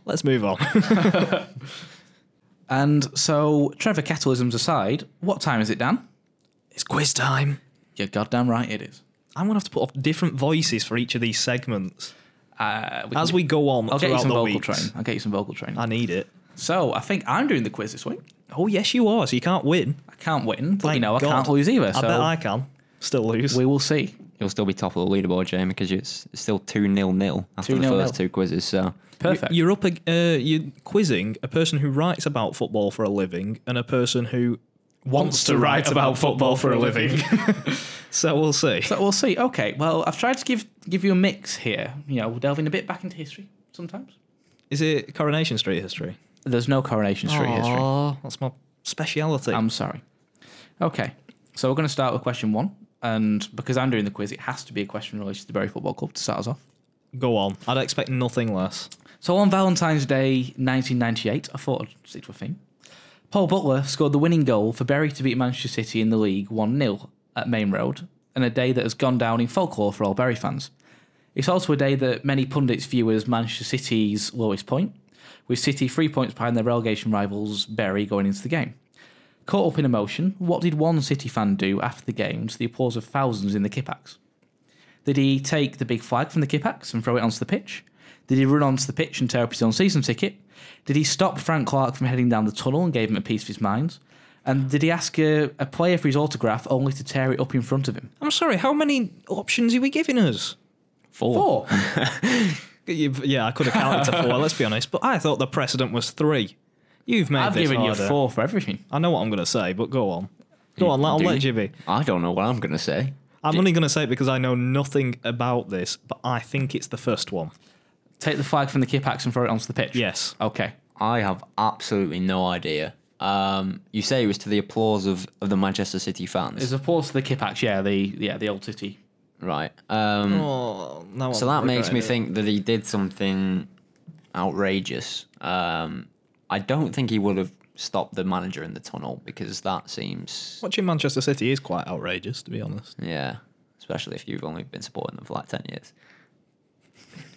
S1: Let's move on.
S2: And so, Trevor Kettleisms aside, what time is it, Dan?
S1: it's quiz time.
S2: You're goddamn right it is.
S1: I'm going to have to put off different voices for each of these segments
S2: Uh,
S1: as we go on
S2: I'll get you
S1: throughout
S2: some
S1: the
S2: vocal
S1: week.
S2: training. I'll get you some vocal training.
S1: I need it.
S2: so, I think I'm doing the quiz this week.
S1: Oh, yes, you are, so you can't win.
S2: I can't win, but you
S1: Thank
S2: know, I
S1: God.
S2: can't lose either. So,
S1: I bet I can. Still lose.
S2: we will see.
S3: He'll still be top of the leaderboard, Jamie, because it's it's still 2 0 0 after the
S2: 2-0-0.
S3: first two quizzes. So,
S2: Perfect.
S1: You're up. ag- Uh, you're quizzing a person who writes about football for a living and a person who wants to write about football for a living. so we'll see.
S2: But we'll see. Okay. Well, I've tried to give give you a mix here. You know, delving a bit back into history sometimes.
S1: Is it Coronation Street history?
S2: There's no Coronation Street history.
S1: Oh, that's my speciality.
S2: I'm sorry. Okay. So we're going to start with question one, and because I'm doing the quiz, it has to be a question related to the Bury Football Club to start us off.
S1: Go on. I'd expect nothing less.
S2: So on Valentine's Day 1998, I thought I'd stick to a theme. Paul Butler scored the winning goal for Bury to beat Manchester City in the league 1 0 at Main Road, and a day that has gone down in folklore for all Bury fans. It's also a day that many pundits view as Manchester City's lowest point, with City three points behind their relegation rivals Bury going into the game. Caught up in emotion, what did one City fan do after the game to the applause of thousands in the Kipax? Did he take the big flag from the Kipax and throw it onto the pitch? Did he run onto the pitch and tear up his own season ticket? Did he stop Frank Clark from heading down the tunnel and gave him a piece of his mind? And did he ask a, a player for his autograph only to tear it up in front of him?
S1: I'm sorry, how many options are we giving us? Oh.
S2: Four.
S1: You've- Yeah, I could have counted to four, let's be honest, but I thought the precedent was three. You've made
S2: I've
S1: this
S2: given you
S1: harder.
S2: four for everything.
S1: I know what I'm going to say, but go on. Go on, let- I'll
S3: Do
S1: let
S3: you?
S1: you be.
S3: I don't know what I'm going to say.
S1: I'm only going to say it because I know nothing about this, but I think it's the first one.
S2: Take the flag from the Kipax and throw it onto the pitch.
S1: Yes.
S2: Okay.
S3: I have absolutely no idea. Um, you say it was to the applause of, of the Manchester City fans,
S2: As opposed to the Kipax, yeah, the yeah, the old city.
S3: right? Um,
S1: Oh, no
S3: so that makes me think that he did something outrageous. Um, I don't think he would have stopped the manager in the tunnel because that seems,
S1: Watching Manchester City is quite outrageous, to be honest,
S3: yeah, especially if you've only been supporting them for like ten years.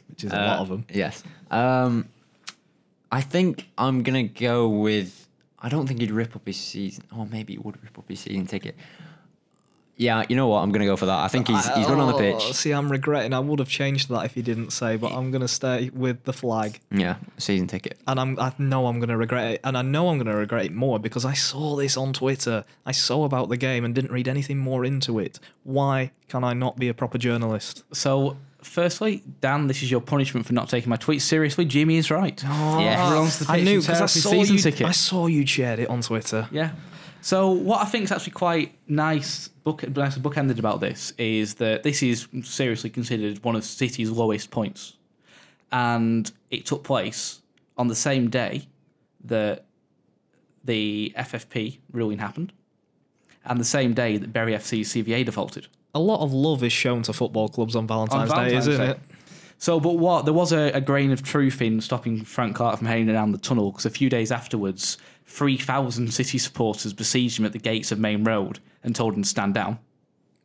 S1: which is a lot
S3: Uh,
S1: of them.
S3: Yes. Um, I think I'm gonna go with. I don't think he'd rip up his season. Or maybe he would rip up his season ticket. Yeah, you know what? I'm gonna go for that. I think he's he's run on the
S1: Oh,
S3: pitch.
S1: see, I'm regretting. I would have changed that if he didn't say, but I'm going to stay with the flag.
S3: Yeah, season ticket.
S1: And I'm, I know I'm going to regret it. And I know I'm going to regret it more because I saw this on Twitter. I saw about the game and didn't read anything more into it. Why can I not be a proper journalist?
S2: So, firstly, Dan, this is your punishment for not taking my tweet seriously. Jimmy is right.
S1: Oh.
S3: Yes.
S2: Runs the
S1: I
S2: pitch
S1: knew
S2: and tear
S1: because I
S2: up his
S1: saw
S2: season
S1: you.
S2: ticket.
S1: I saw you shared it on Twitter.
S2: Yeah. So what I think is actually quite nice, book, nice bookended about this is that this is seriously considered one of City's lowest points, and it took place on the same day that the FFP ruling happened, and the same day that Bury FC's CVA defaulted.
S1: A lot of love is shown to football clubs on Valentine's,
S2: On Valentine's
S1: Day, isn't
S2: Day.
S1: it?
S2: So, but what there was a, a grain of truth in stopping Frank Clark from heading down the tunnel because a few days afterwards, three thousand City supporters besieged him at the gates of Main Road and told him to stand down.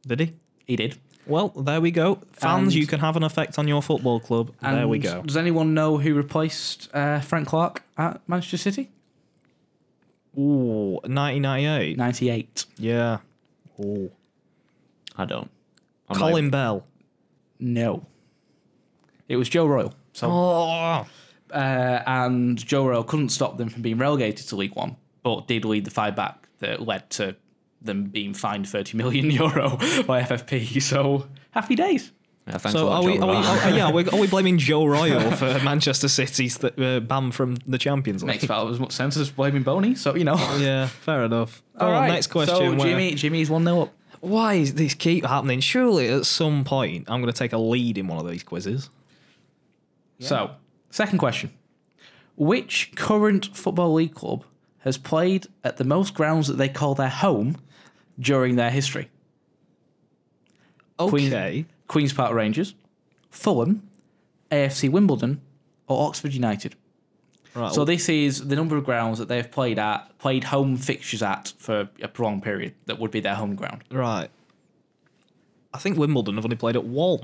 S1: Did he?
S2: He did.
S1: Well, there we go. Fans,
S2: And-
S1: you can have an effect on your football club.
S2: And
S1: there we go.
S2: Does anyone know who replaced uh, Frank Clark at Manchester City?
S1: Ooh, 1998.
S2: Ninety-eight.
S1: Yeah. Ooh.
S3: I don't. I'm not
S1: Colin Bell.
S2: No. It was Joe Royal. So
S1: Oh.
S2: uh, and Joe Royal couldn't stop them from being relegated to League One, but did lead the five back that led to them being fined 30 million euro by FFP. So happy days.
S3: even- yeah, thanks a
S1: So
S3: lot,
S1: are we?
S3: Joe
S1: Are we
S3: Rogan.
S1: oh, yeah, we're, are we blaming Joe Royal for Manchester City's th- uh, ban from the Champions League?
S2: Makes about as much sense as blaming Boney. So, you know.
S1: yeah, fair enough. All
S2: All
S1: right,
S2: right,
S1: Oh, next question.
S2: So
S1: where-
S2: Jimmy, Jimmy's 1 0 up.
S1: Why is this keep happening? Surely at some point I'm going to take a lead in one of these quizzes.
S2: So, second question. Which current Football League club has played at the most grounds that they call their home during their history?
S1: Okay.
S2: Queen's Park Rangers, Fulham, AFC Wimbledon, or Oxford United.
S1: Right.
S3: Oh.
S2: So this is the number of grounds that they've played at, played home fixtures at for a prolonged period that would be their home ground.
S1: Right. I think Wimbledon have only played at one.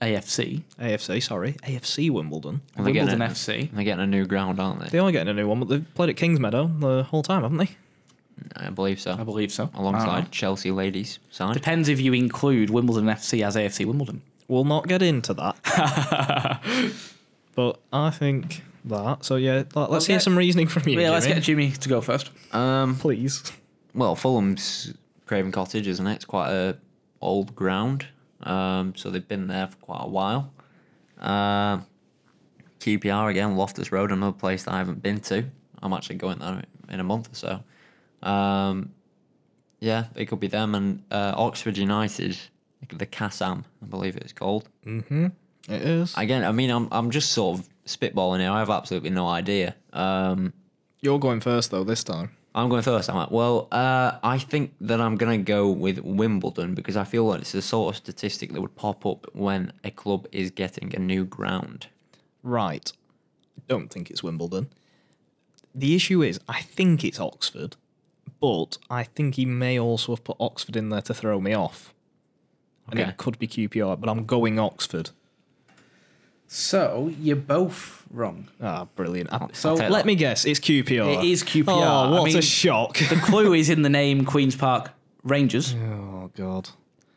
S2: AFC,
S1: AFC, sorry. AFC Wimbledon.
S3: Well, they're getting
S2: Wimbledon
S3: a-
S2: FC.
S3: They're getting a new ground, aren't they?
S1: They are getting a new one, but they've played at Kings Meadow the whole time, haven't they?
S3: I believe so.
S2: I believe so. I don't
S3: Alongside
S2: know.
S3: Chelsea ladies side.
S2: Depends if you include Wimbledon FC as AFC Wimbledon.
S1: We'll not get into that. but I think that. So, yeah, let- let's hear
S2: Okay.
S1: some reasoning from you.
S2: Yeah, let's
S1: Jimmy.
S2: get Jimmy to go first.
S3: Um,
S1: Please.
S3: well, Fulham's Craven Cottage, isn't it? It's quite a old ground, um, so they've been there for quite a while. Um QPR again, Loftus Road, another place that I haven't been to. I'm actually going there in a month or so. Um, yeah, it could be them and uh, Oxford United, the Casam, I believe it's called.
S1: It is.
S3: Again, I mean, I'm I'm just sort of spitballing here. I have absolutely no idea. Um,
S1: You're going first, though, this time.
S3: I'm going first. I'm like, well, uh, I think that I'm going to go with Wimbledon because I feel like it's the sort of statistic that would pop up when a club is getting a new ground.
S1: Right. I don't think it's Wimbledon. The issue is, I think it's Oxford, but I think he may also have put Oxford in there to throw me off. And
S3: Okay.
S1: it could be QPR, but I'm going Oxford.
S2: So you're both wrong.
S1: Ah, brilliant. I-
S2: So
S3: take
S1: Let me guess, it's QPR.
S2: It is QPR.
S1: Oh, what
S2: I mean-
S1: a shock.
S2: the clue is in the name Queens Park Rangers.
S1: oh, God.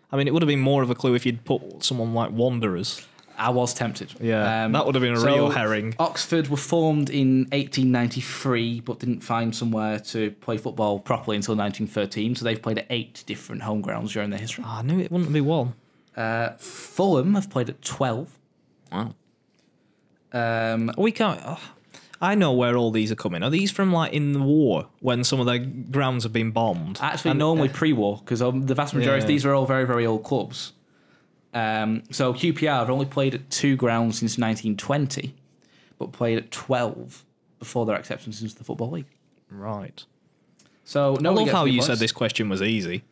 S1: I mean, it would have been more of a clue if you'd put someone like Wanderers.
S2: I was tempted. Um,
S1: Yeah, that would have been a real herring.
S2: Oxford were formed in 1893, but didn't find somewhere to play football properly until 1913. So they've played at eight different home grounds during their history.
S1: Oh, I knew it wouldn't be one.
S2: Uh, Fulham have played at 12.
S3: Wow.
S2: Um,
S1: We can't. oh, I know where all these are coming. Are these from like in the war when some of their grounds have been bombed?
S2: actually, normally pre-war because um, the vast majority of
S1: uh, Yeah.
S2: these are all very, very old clubs. Um, so QPR have only played at two grounds since 1920, but played at 12 before their acceptance into the football league.
S1: Right.
S2: So no
S1: I
S2: one
S1: love
S2: gets
S1: how
S2: any
S1: you
S2: points.
S1: said this question was easy.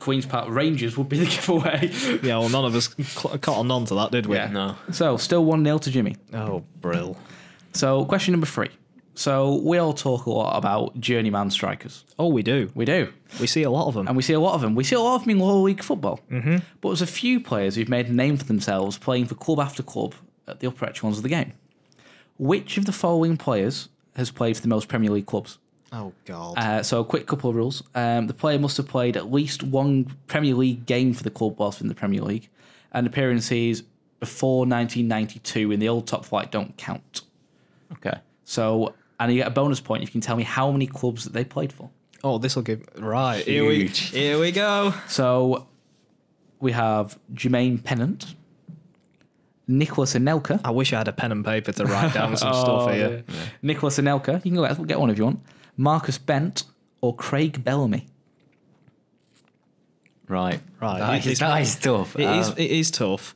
S2: Queens Park Rangers would be the giveaway.
S1: Yeah, well, none of us cl- cottoned on to that, did we?
S2: Yeah.
S3: No.
S2: so still one 0 to Jimmy.
S1: Oh, brill.
S2: So question number three. So we all talk a lot about journeyman strikers.
S1: Oh, we do.
S2: We do,
S1: We see a lot of them.
S2: and we see a lot of them. We see a lot of them in lower league football. Mm-hmm. But there's a few players who've made a name for themselves playing for club after club at the upper echelons of the game. Which of the following players has played for the most Premier League clubs?
S1: oh, God.
S2: Uh, so, a quick couple of rules. Um, the player must have played at least one Premier League game for the club whilst in the Premier League, and appearances before 1992 in the old top flight don't count.
S3: Okay.
S2: So, and you get a bonus point if you can tell me how many clubs that they played for.
S1: oh, this will give. Right. Here we,
S3: Huge.
S1: here we go.
S2: So, we have Jermaine Pennant, Nicholas Anelka.
S1: I wish I had a pen and paper to write down some
S3: Oh,
S1: stuff here.
S2: Nicholas Anelka. You can go out- get one if you want. Marcus Bent or Craig Bellamy.
S3: Right.
S1: Right,
S3: That
S1: it-
S3: is,
S1: it's-
S3: that is tough.
S1: It is.
S3: Uh,
S1: It is tough,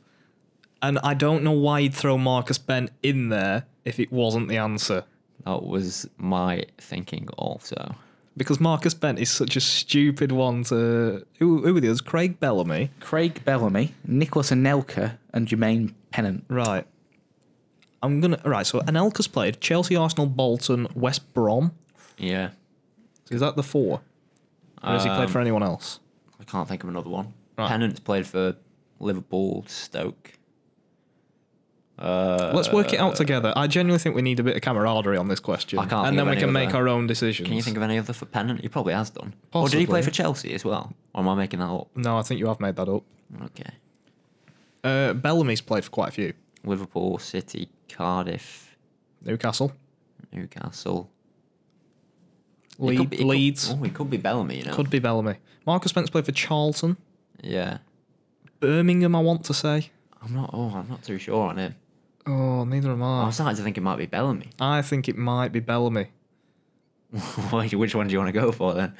S1: and I don't know why you'd throw Marcus Bent in there if it wasn't the answer.
S3: That was my thinking also.
S1: Because Marcus Bent is such a stupid one to. Who, who were the others? Craig Bellamy.
S2: Craig Bellamy, Nicholas Anelka, and Jermaine Pennant.
S1: Right. I'm gonna right. So Anelka's played Chelsea, Arsenal, Bolton, West Brom.
S3: Yeah.
S1: So is that the four? Or has he played for anyone else?
S3: I can't think of another one.
S1: Right.
S3: Pennant's played for Liverpool, Stoke.
S1: Let's work it out together. I genuinely think we need a bit of camaraderie on this question,
S3: I can't
S1: and
S3: think
S1: then
S3: of
S1: we
S3: any
S1: can
S3: other.
S1: make our own decisions.
S3: Can you think of any other for Pennant? He probably has done. Or did
S1: Possibly.
S3: he play for Chelsea as well? Or am I making that up?
S1: No, I think you have made that up.
S3: Okay.
S1: Uh, Bellamy's played for quite a few.
S3: Liverpool, City, Cardiff,
S1: Newcastle,
S3: Newcastle. It
S1: Le-
S3: could be- it could-
S1: Leeds.
S3: oh, it could be Bellamy, you know.
S1: Could be Bellamy. Marcus Spence played for Charlton.
S3: Yeah.
S1: Birmingham, I want to say.
S3: I'm not. Oh, I'm not too sure on it.
S1: Oh, neither am
S3: I'm
S1: I.
S3: starting to think it might be Bellamy.
S1: I think it might be Bellamy.
S3: Wait, Which one do you want to go for then?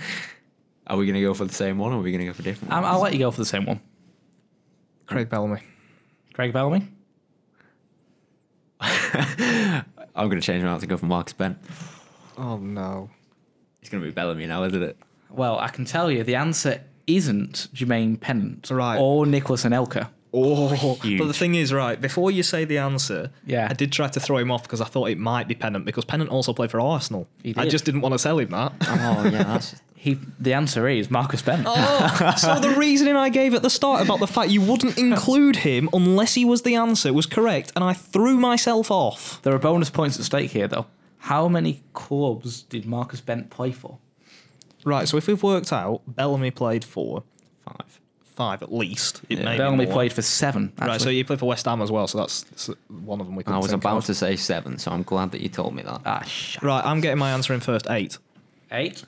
S3: Are we going to go for the same one or are we going to go for different?
S2: Um, I'll let you go for the same one.
S1: Craig Bellamy.
S2: Craig Bellamy?
S3: I'm going to change my answer and go for Marcus Bent.
S1: Oh no.
S3: It's going to be Bellamy now, isn't it?
S2: Well, I can tell you the answer isn't Jermaine Pennant
S1: Right.
S2: or Nicholas Anelka.
S1: Oh, but the
S3: Huge.
S1: thing is, right, before you say the answer,
S2: Yeah.
S1: I did try to throw him off because I thought it might be Pennant because Pennant also played for Arsenal.
S2: He
S1: I
S2: did.
S1: just didn't want to tell him that.
S3: Oh yeah, that's
S2: He, the answer is Marcus Bent.
S1: oh, so the reasoning I gave at the start about the fact you wouldn't include him unless he was the answer was correct, and I threw myself off.
S2: There are bonus points at stake here, though. How many clubs did Marcus Bent play for?
S1: Right, so if we've worked out, Bellamy played for
S3: five.
S1: five at least. It may be
S2: Bellamy
S1: more.
S2: played for seven. Actually.
S1: Right, so you played for West Ham as well, so that's, that's one of them we could
S3: I was about to say seven, so I'm glad that you told me that.
S2: ah, sh-
S1: Right, I'm getting my answer in first. Eight.
S2: eight,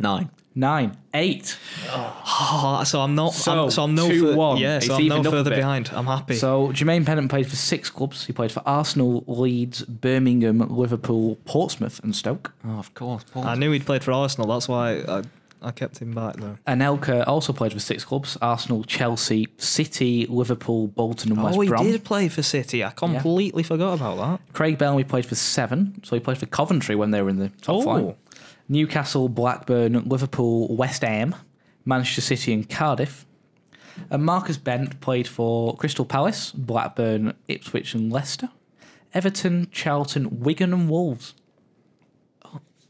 S3: Nine.
S2: nine, eight.
S1: Oh, so I'm not. So,
S2: So,
S1: I'm, so I'm no.
S2: two,
S1: fur-
S2: one.
S1: Yeah, so
S2: It's
S1: I'm no
S2: evened up a
S1: further
S2: bit.
S1: behind. I'm happy.
S2: So Jermaine Pennant played for six clubs. He played for Arsenal, Leeds, Birmingham, Liverpool, Portsmouth, and Stoke.
S3: Oh, of course, Paul.
S1: I knew he'd played for Arsenal. That's why I, I kept him back though.
S2: Anelka also played for six clubs: Arsenal, Chelsea, City, Liverpool, Bolton, and West
S1: oh, he
S2: Brom.
S1: did play for City. I completely forgot about that.
S2: Craig Bellamy played for seven, so he played for Coventry when they were in the top
S1: Oh.
S2: flight. Newcastle, Blackburn, Liverpool, West Ham, Manchester City, and Cardiff. And Marcus Bent played for Crystal Palace, Blackburn, Ipswich, and Leicester. Everton, Charlton, Wigan, and Wolves.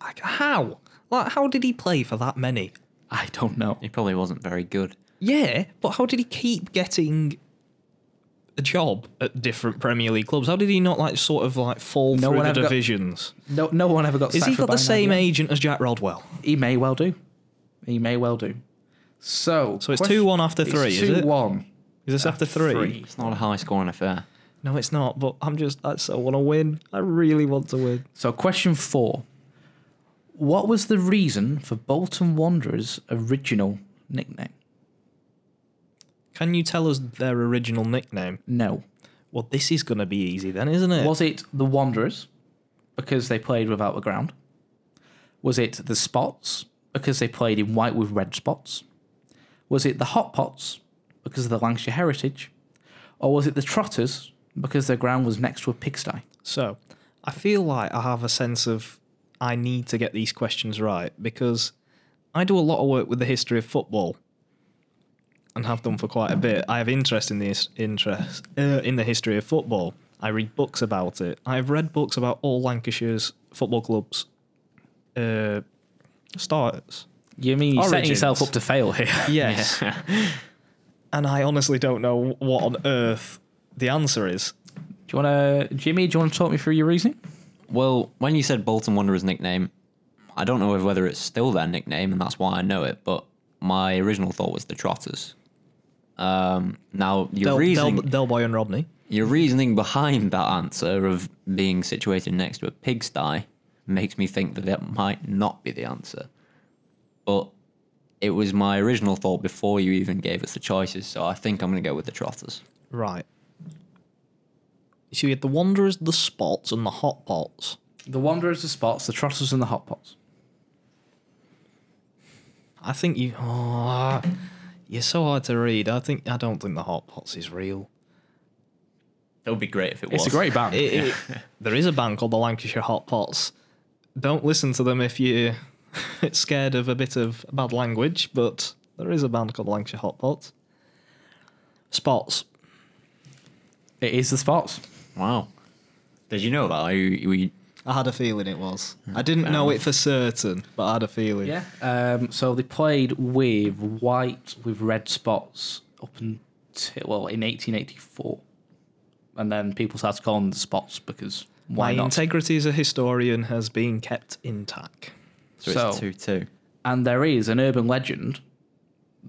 S1: Like, how? Like, how did he play for that many?
S2: I don't know.
S3: He probably wasn't very good.
S1: Yeah, but how did he keep getting a job at different Premier League clubs? How did he not like sort of like fall
S2: No
S1: through
S2: one
S1: the
S2: ever got-
S1: divisions?
S2: No, no one ever got.
S1: Is
S2: sacked
S1: he
S2: for
S1: got the
S2: buying
S1: same
S2: IBM.
S1: agent as Jack Rodwell?
S2: He may well do. He may well do. So,
S1: So it's 2-1 after three, is it?
S2: Two one.
S1: Is
S2: Uh,
S1: this after three?
S3: It's not a high scoring affair.
S1: No, it's not. But I'm just I so want to win. I really want to win.
S2: So, question four: What was the reason for Bolton Wanderers' original nickname?
S1: Can you tell us their original nickname?
S2: No,
S1: Well, this is going to be easy then, isn't it?
S2: was it the Wanderers because they played without the ground? Was it the Spots because they played in white with red spots? Was it the Hot Pots because of the Lancashire heritage, or was it the Trotters because their ground was next to a pigsty?
S1: So, I feel like I have a sense of I need to get these questions right because I do a lot of work with the history of football and have done for quite a bit. I have interest in this interest uh, in the history of football. I read books about it. I've read books about all Lancashire's football clubs uh, starts.
S2: You mean you're setting yourself
S1: Origins.
S2: up to fail here?
S1: Yes. and I honestly don't know what on earth the answer is.
S2: Do you want to, Jimmy? Do you want to talk me through your reasoning?
S3: Well, when you said Bolton Wanderers nickname, I don't know whether it's still their nickname, and that's why I know it. But my original thought was the Trotters. Um, now your
S1: Del, Del,
S3: reasoning,
S1: Del Boy and Rodney.
S3: your reasoning behind that answer of being situated next to a pigsty makes me think that that might not be the answer. But it was my original thought before you even gave us the choices, so I think I'm going to go with the Trotters.
S1: Right. So you had the Wanderers, the Spots, and the Hot Pots.
S2: The Wanderers, the Spots, the Trotters, and the Hot Pots.
S1: I think you. Oh, you're so hard to read. I think I don't think the Hot Pots is real.
S3: That would be great if it
S2: It's a great band.
S1: It- it- there is a band called the Lancashire Hot Pots. Don't listen to them if you're scared of a bit of bad language, but there is a band called the Lancashire Hot Pots. Spots.
S2: it is the Spots.
S3: Wow. Did you know that? Are you, were you-
S1: I had a feeling it was. I didn't know it for certain, but I had a feeling.
S2: Yeah. Um, so they played with white with red spots up until well in 1884, and then people started calling them the Spots because why
S1: My
S2: not?
S1: integrity as a historian has been kept intact.
S3: so,
S2: So-
S3: it's 2 2.
S2: And there is an urban legend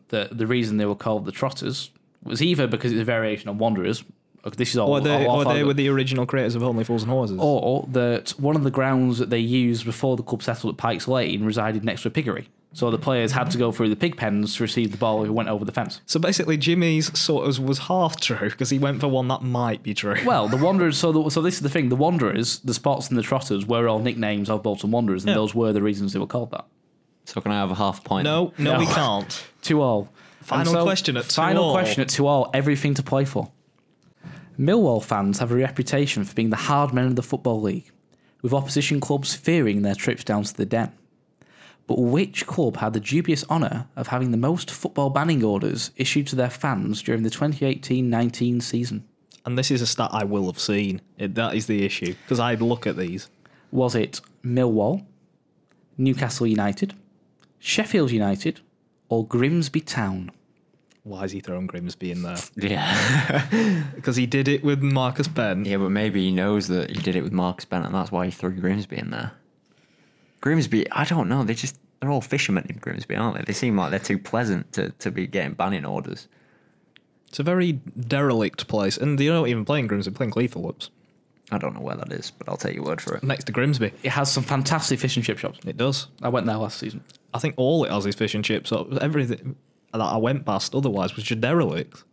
S2: that the reason they were called the Trotters was either because it's a variation on Wanderers. okay, This is all.
S1: Or they,
S2: all- all
S1: or they
S2: followed-
S1: were the original creators of Only Fools and Horses.
S2: or that one of the grounds that they used before the club settled at Pikes Lane resided next to a piggery. So the players had to go through the pig pens to receive the ball who went over the fence.
S1: So basically, Jimmy's sort of was half true because he went for one that might be true.
S2: Well, the Wanderers. So, the, so this is the thing: the Wanderers, the Spots, and the Trotters were all nicknames of Bolton Wanderers, and
S1: Yeah.
S2: those were the reasons they were called that.
S3: So can I have a half point?
S1: no, no,
S2: No.
S1: we can't.
S2: Two all.
S1: Final question at two
S2: final
S1: all.
S2: question at two all. Everything to play for. Millwall fans have a reputation for being the hard men of the football league, with opposition clubs fearing their trips down to the den. But which club had the dubious honour of having the most football banning orders issued to their fans during the 2018-19 season?
S1: And this is a stat I will have seen. It, that is the issue because I look at these.
S2: Was it Millwall, Newcastle United, Sheffield United, or Grimsby Town?
S1: Why is he throwing Grimsby in there?
S3: Yeah.
S1: Because he did it with Marcus Penn.
S3: yeah, but maybe he knows that he did it with Mark Bennett, and that's why he threw Grimsby in there. Grimsby, I don't know. They just they're all fishermen in Grimsby, aren't they? They seem like they're too pleasant to, to be getting banning orders.
S1: It's a very derelict place, and they don't even play in Grimsby, they're playing Cleethorpes.
S3: I don't know where that is, but I'll take your word for it.
S1: Next to Grimsby,
S2: It has some fantastic fish and chip shops.
S1: it does.
S2: I went there last season.
S1: I think all it has is fish and chips. So Everything that I went past otherwise was just derelict.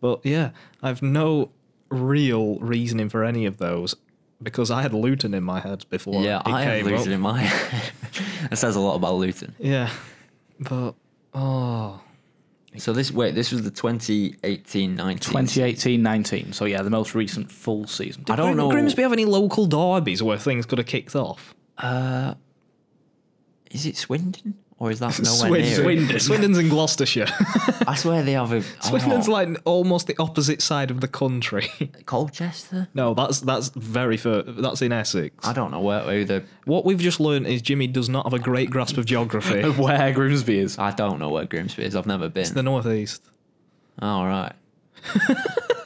S1: But yeah, I've no real reasoning for any of those because I had Luton in my head before.
S3: yeah,
S1: it
S3: I have
S1: came
S3: Luton in
S1: up.
S3: my. that says a lot about Luton.
S1: Yeah, but oh,
S3: So this wait, this was the 2018-19.
S2: 2018-19. So yeah, the most recent full season.
S3: I don't know.
S1: Grimsby have any local derbies where things could have kicked off?
S3: Is it Swindon or is that nowhere
S1: Swin-
S3: near? it?
S1: Swindon. Swindon's in Gloucestershire.
S3: I swear they have a
S1: Swindon's
S3: oh,
S1: like almost the opposite side of the country.
S3: Colchester.
S1: no, that's that's very fur. That's in Essex.
S3: I don't know where, who the
S1: What we've just learned is Jimmy does not have a great grasp of geography.
S2: Of
S1: Ah,
S2: where Grimsby is.
S3: I don't know where Grimsby is. I've never been.
S1: the northeast.
S3: All right.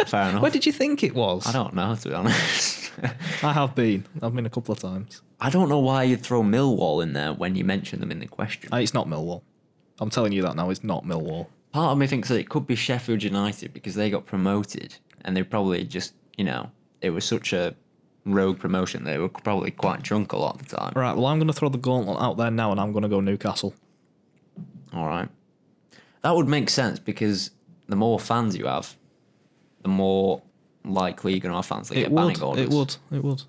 S3: Fair enough.
S1: Where did you think it was?
S3: I don't know, to be honest.
S1: I have been. I've been a couple of times.
S3: I don't know why you'd throw Millwall in there when you mention them in the question.
S1: Uh, It's not Millwall. I'm telling you that now. It's not Millwall.
S3: Part of me thinks that it could be Sheffield United because they got promoted and they probably just, you know, it was such a rogue promotion. They were probably quite drunk a lot of the time.
S1: Right. Well, I'm going to throw the gauntlet out there now, and I'm going to go Newcastle.
S3: All right. That would make sense because the more fans you have, the more likely you're going to have fans that
S1: It
S3: get
S1: would.
S3: banning orders.
S1: It would. It would.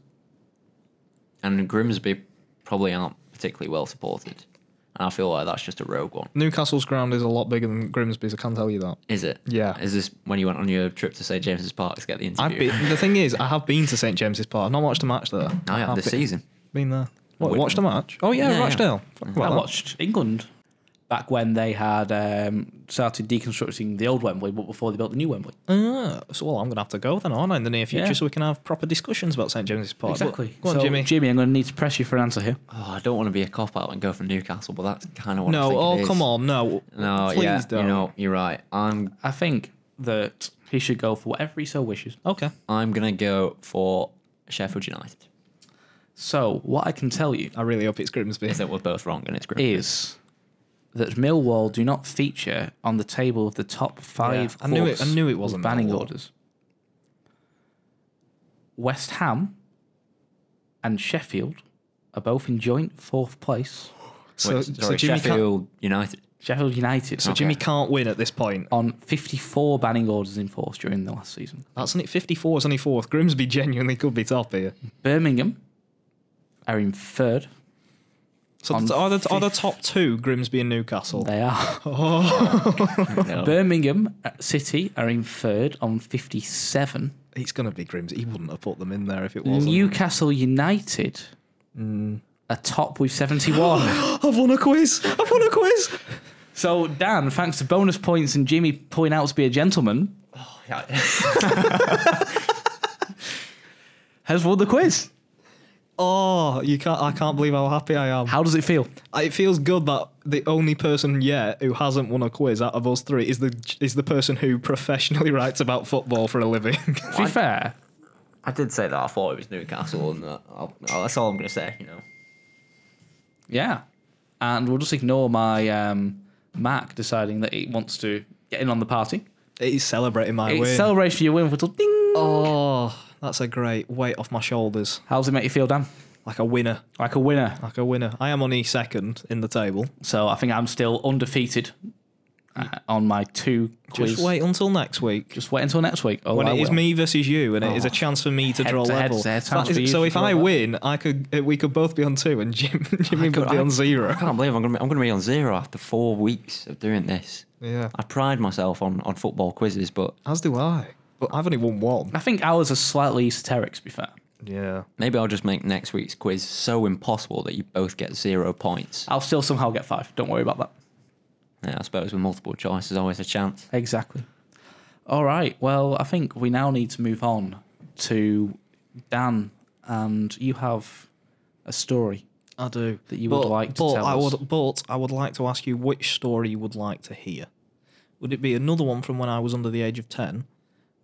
S3: And Grimsby probably aren't particularly well supported. And I feel like that's just a rogue one.
S1: Newcastle's ground is a lot bigger than Grimsby's. I can tell you that.
S3: Is it?
S1: Yeah.
S3: Is this when you went on your trip to St James's Park to get the interview?
S1: I've been. The thing is, I have been to St James's Park. I've not watched a match there.
S3: I
S1: I've
S3: have Oh, this
S1: been-
S3: season.
S1: Been there. What,
S3: Wait.
S1: watched a match? Oh yeah,
S3: Yeah, yeah.
S1: Rochdale. Fuck about
S2: I
S1: that.
S2: watched England back when they had um, started deconstructing the old Wembley, but before they built the new Wembley.
S1: Ah, so well, I'm going to have to go then, aren't I, in the near future,
S2: Yeah.
S1: so we can have proper discussions about St James's Park. But-
S2: Exactly.
S1: Go on,
S2: So,
S1: Jimmy.
S2: Jimmy, I'm going to need to press you for an answer here.
S3: Oh, I don't want to be a cop out and go for Newcastle, but that's kind of what I
S1: No,
S3: think it
S1: oh
S3: is.
S1: come on, no,
S3: No,
S1: please
S3: yeah,
S1: don't.
S3: you know, you're right. I'm
S2: I think that he should go for whatever he so wishes.
S1: Okay,
S3: I'm gonna go for Sheffield United.
S2: So, what I can tell you
S1: I really hope it's Grimsby.
S3: Is that we're both wrong and it's great.
S2: is that Millwall do not feature on the table of the top five.
S1: I knew it-
S2: clubs
S1: I knew it
S2: with
S1: wasn't
S2: banning
S1: Millwall.
S2: orders. West Ham and Sheffield are both in joint fourth place.
S1: So,
S3: Wait,
S1: so
S3: sorry,
S1: Jimmy, can't,
S3: Sheffield United.
S2: Sheffield United
S1: so Jimmy can't win at this point. Oh,
S2: on 54 banning orders enforced during the last season.
S1: That's only 54 is only fourth. Grimsby genuinely could be top here.
S2: Birmingham are in third.
S1: So
S2: On
S1: the, are, the, are the
S2: fifth.
S1: top two Grimsby and Newcastle?
S2: They are.
S3: No.
S2: Birmingham uh, City are in third on 57.
S1: It's going to be Grimsby. He wouldn't have put them in there if it wasn't.
S2: Newcastle United
S1: Mm.
S2: are top with 71.
S1: I've won a quiz. I've won a quiz.
S2: so, Dan, thanks to bonus points and Jimmy pulling out to be a gentleman, has won the quiz.
S1: Oh, you can't! I can't believe how happy I am.
S2: How does it feel?
S1: Uh, It feels good that the only person yet who hasn't won a quiz out of us three is the is the person who professionally writes about football for a living.
S2: To be fair,
S3: I did say that I thought it was Newcastle, and that, I'll, oh, that's all I'm gonna say. You know,
S2: yeah. And we'll just ignore my um, Mac deciding that it wants to get in on the party.
S1: He's celebrating my
S2: It's
S1: win.
S2: celebration for your win whistle. Ding!
S1: oh, that's a great weight off my shoulders.
S2: How does it make you feel, Dan?
S1: Like a winner.
S2: Like a winner.
S1: Like a winner. I am only second in the table.
S2: So I think I'm still undefeated uh, on my two quiz.
S1: Just wait until next week.
S2: Just wait until next week. Oh,
S1: when
S2: I
S1: it is
S2: will.
S1: me versus you, and it is a chance for me to
S2: Head
S1: draw
S2: to head,
S1: level.
S2: so it's a
S1: That
S2: chance
S1: is-
S2: for you
S1: so
S2: to
S1: if
S2: draw
S1: I
S2: level.
S1: win, I could uh, we could both be on two, and Jim Jimmy could be
S3: I-
S1: on zero.
S3: I can't believe I'm gonna be, I'm gonna be on zero after four weeks of doing this.
S1: Yeah,
S3: I pride myself on on football quizzes, but
S1: as do I. But I've only won one.
S2: I think ours are slightly esoteric, to be fair.
S1: Yeah.
S3: maybe I'll just make next week's quiz so impossible that you both get zero points.
S2: I'll still somehow get five. Don't worry about that.
S3: Yeah, I suppose with multiple choice, there's always a chance.
S2: Exactly. All right. Well, I think we now need to move on to Dan, and you have a story.
S1: I do.
S2: That you would like to
S1: but
S2: tell
S1: I
S2: us.
S1: Would, but I would like to ask you which story you would like to hear. Would it be another one from when I was under the age of 10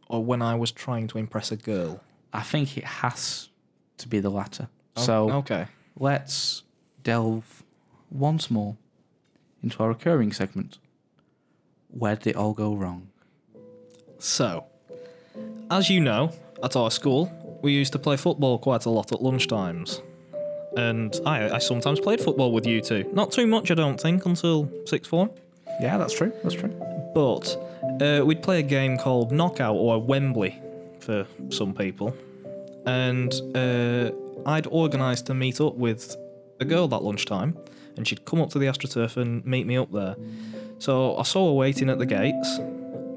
S1: or when I was trying to impress a girl?
S2: I think it has to be the latter. so
S1: Okay.
S2: let's delve once more into our recurring segment. Where did it all go wrong?
S1: So, as you know, at our school, we used to play football quite a lot at lunchtimes. And I, I sometimes played football with you two. Not too much, I don't think, until sixth form.
S2: Yeah, that's true. That's true.
S1: But uh, we'd play a game called Knockout or Wembley for some people. And uh, I'd organised to meet up with a girl that lunchtime, and she'd come up to the AstroTurf and meet me up there. So I saw her waiting at the gates,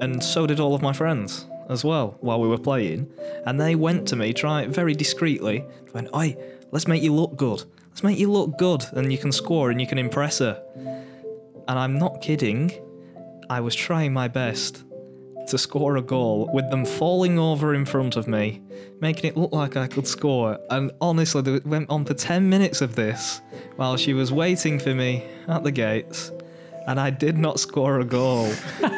S1: and so did all of my friends as well while we were playing. And they went to me, try very discreetly, went, Oi, let's make you look good. Let's make you look good, and you can score and you can impress her. And I'm not kidding. I was trying my best to score a goal with them falling over in front of me, making it look like I could score. And honestly, they went on for 10 minutes of this while she was waiting for me at the gates. and I did not score a goal.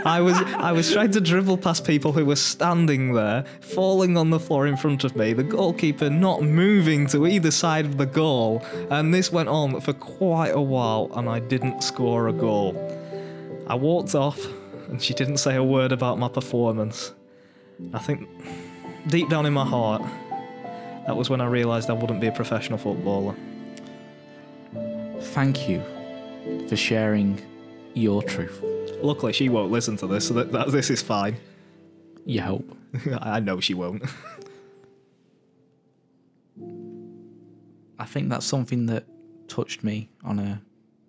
S1: I was I was trying to dribble past people who were standing there, falling on the floor in front of me, the goalkeeper not moving to either side of the goal, and this went on for quite a while and I didn't score a goal. I walked off and she didn't say a word about my performance. I think deep down in my heart, that was when I realised I wouldn't be a professional footballer.
S2: Thank you for sharing your truth.
S1: Luckily, she won't listen to this, so that, that this is fine.
S2: You hope.
S1: I know she won't.
S2: I think that's something that touched me on a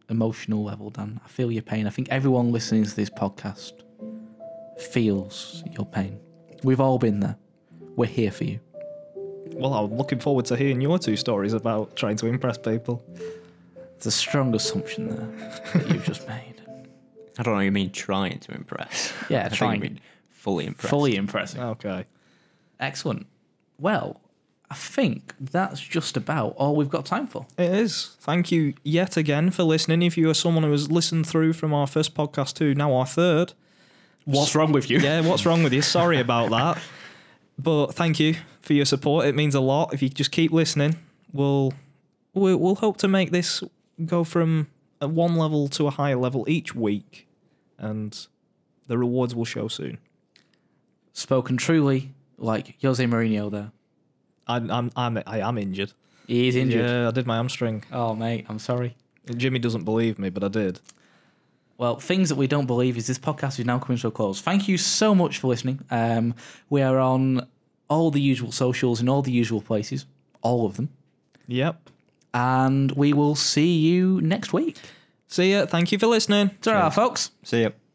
S2: emotional level, Dan. I feel your pain. I think everyone listening to this podcast feels your pain. We've all been there. We're here for you.
S1: Well, I'm looking forward to hearing your two stories about trying to impress people.
S2: It's a strong assumption there that you've just made.
S3: I don't know. You mean trying to impress?
S2: Yeah,
S3: I think you
S2: trying.
S3: mean fully impressed.
S2: Fully impressive.
S1: Okay.
S2: Excellent. Well, I think that's just about all we've got time for.
S1: It is. Thank you yet again for listening. If you are someone who has listened through from our first podcast to now our third,
S2: What's wrong with you?
S1: yeah, what's wrong with you? Sorry about that. But thank you for your support. It means a lot. If you just keep listening, we'll we'll, we'll hope to make this go from a one level to a higher level each week, and the rewards will show soon.
S2: Spoken truly, like Jose Mourinho there.
S1: I, I'm I'm I am injured.
S2: He is injured.
S1: Yeah, I did my hamstring.
S2: Oh, mate, I'm sorry.
S1: Jimmy doesn't believe me, but I did.
S2: Well, things that we don't believe is this podcast is now coming to a close. Thank you so much for listening. Um, we are on all the usual socials in all the usual places, all of them.
S1: Yep.
S2: And we will see you next week.
S1: See ya. Thank you for listening.
S2: Ta-ra, folks.
S3: See ya.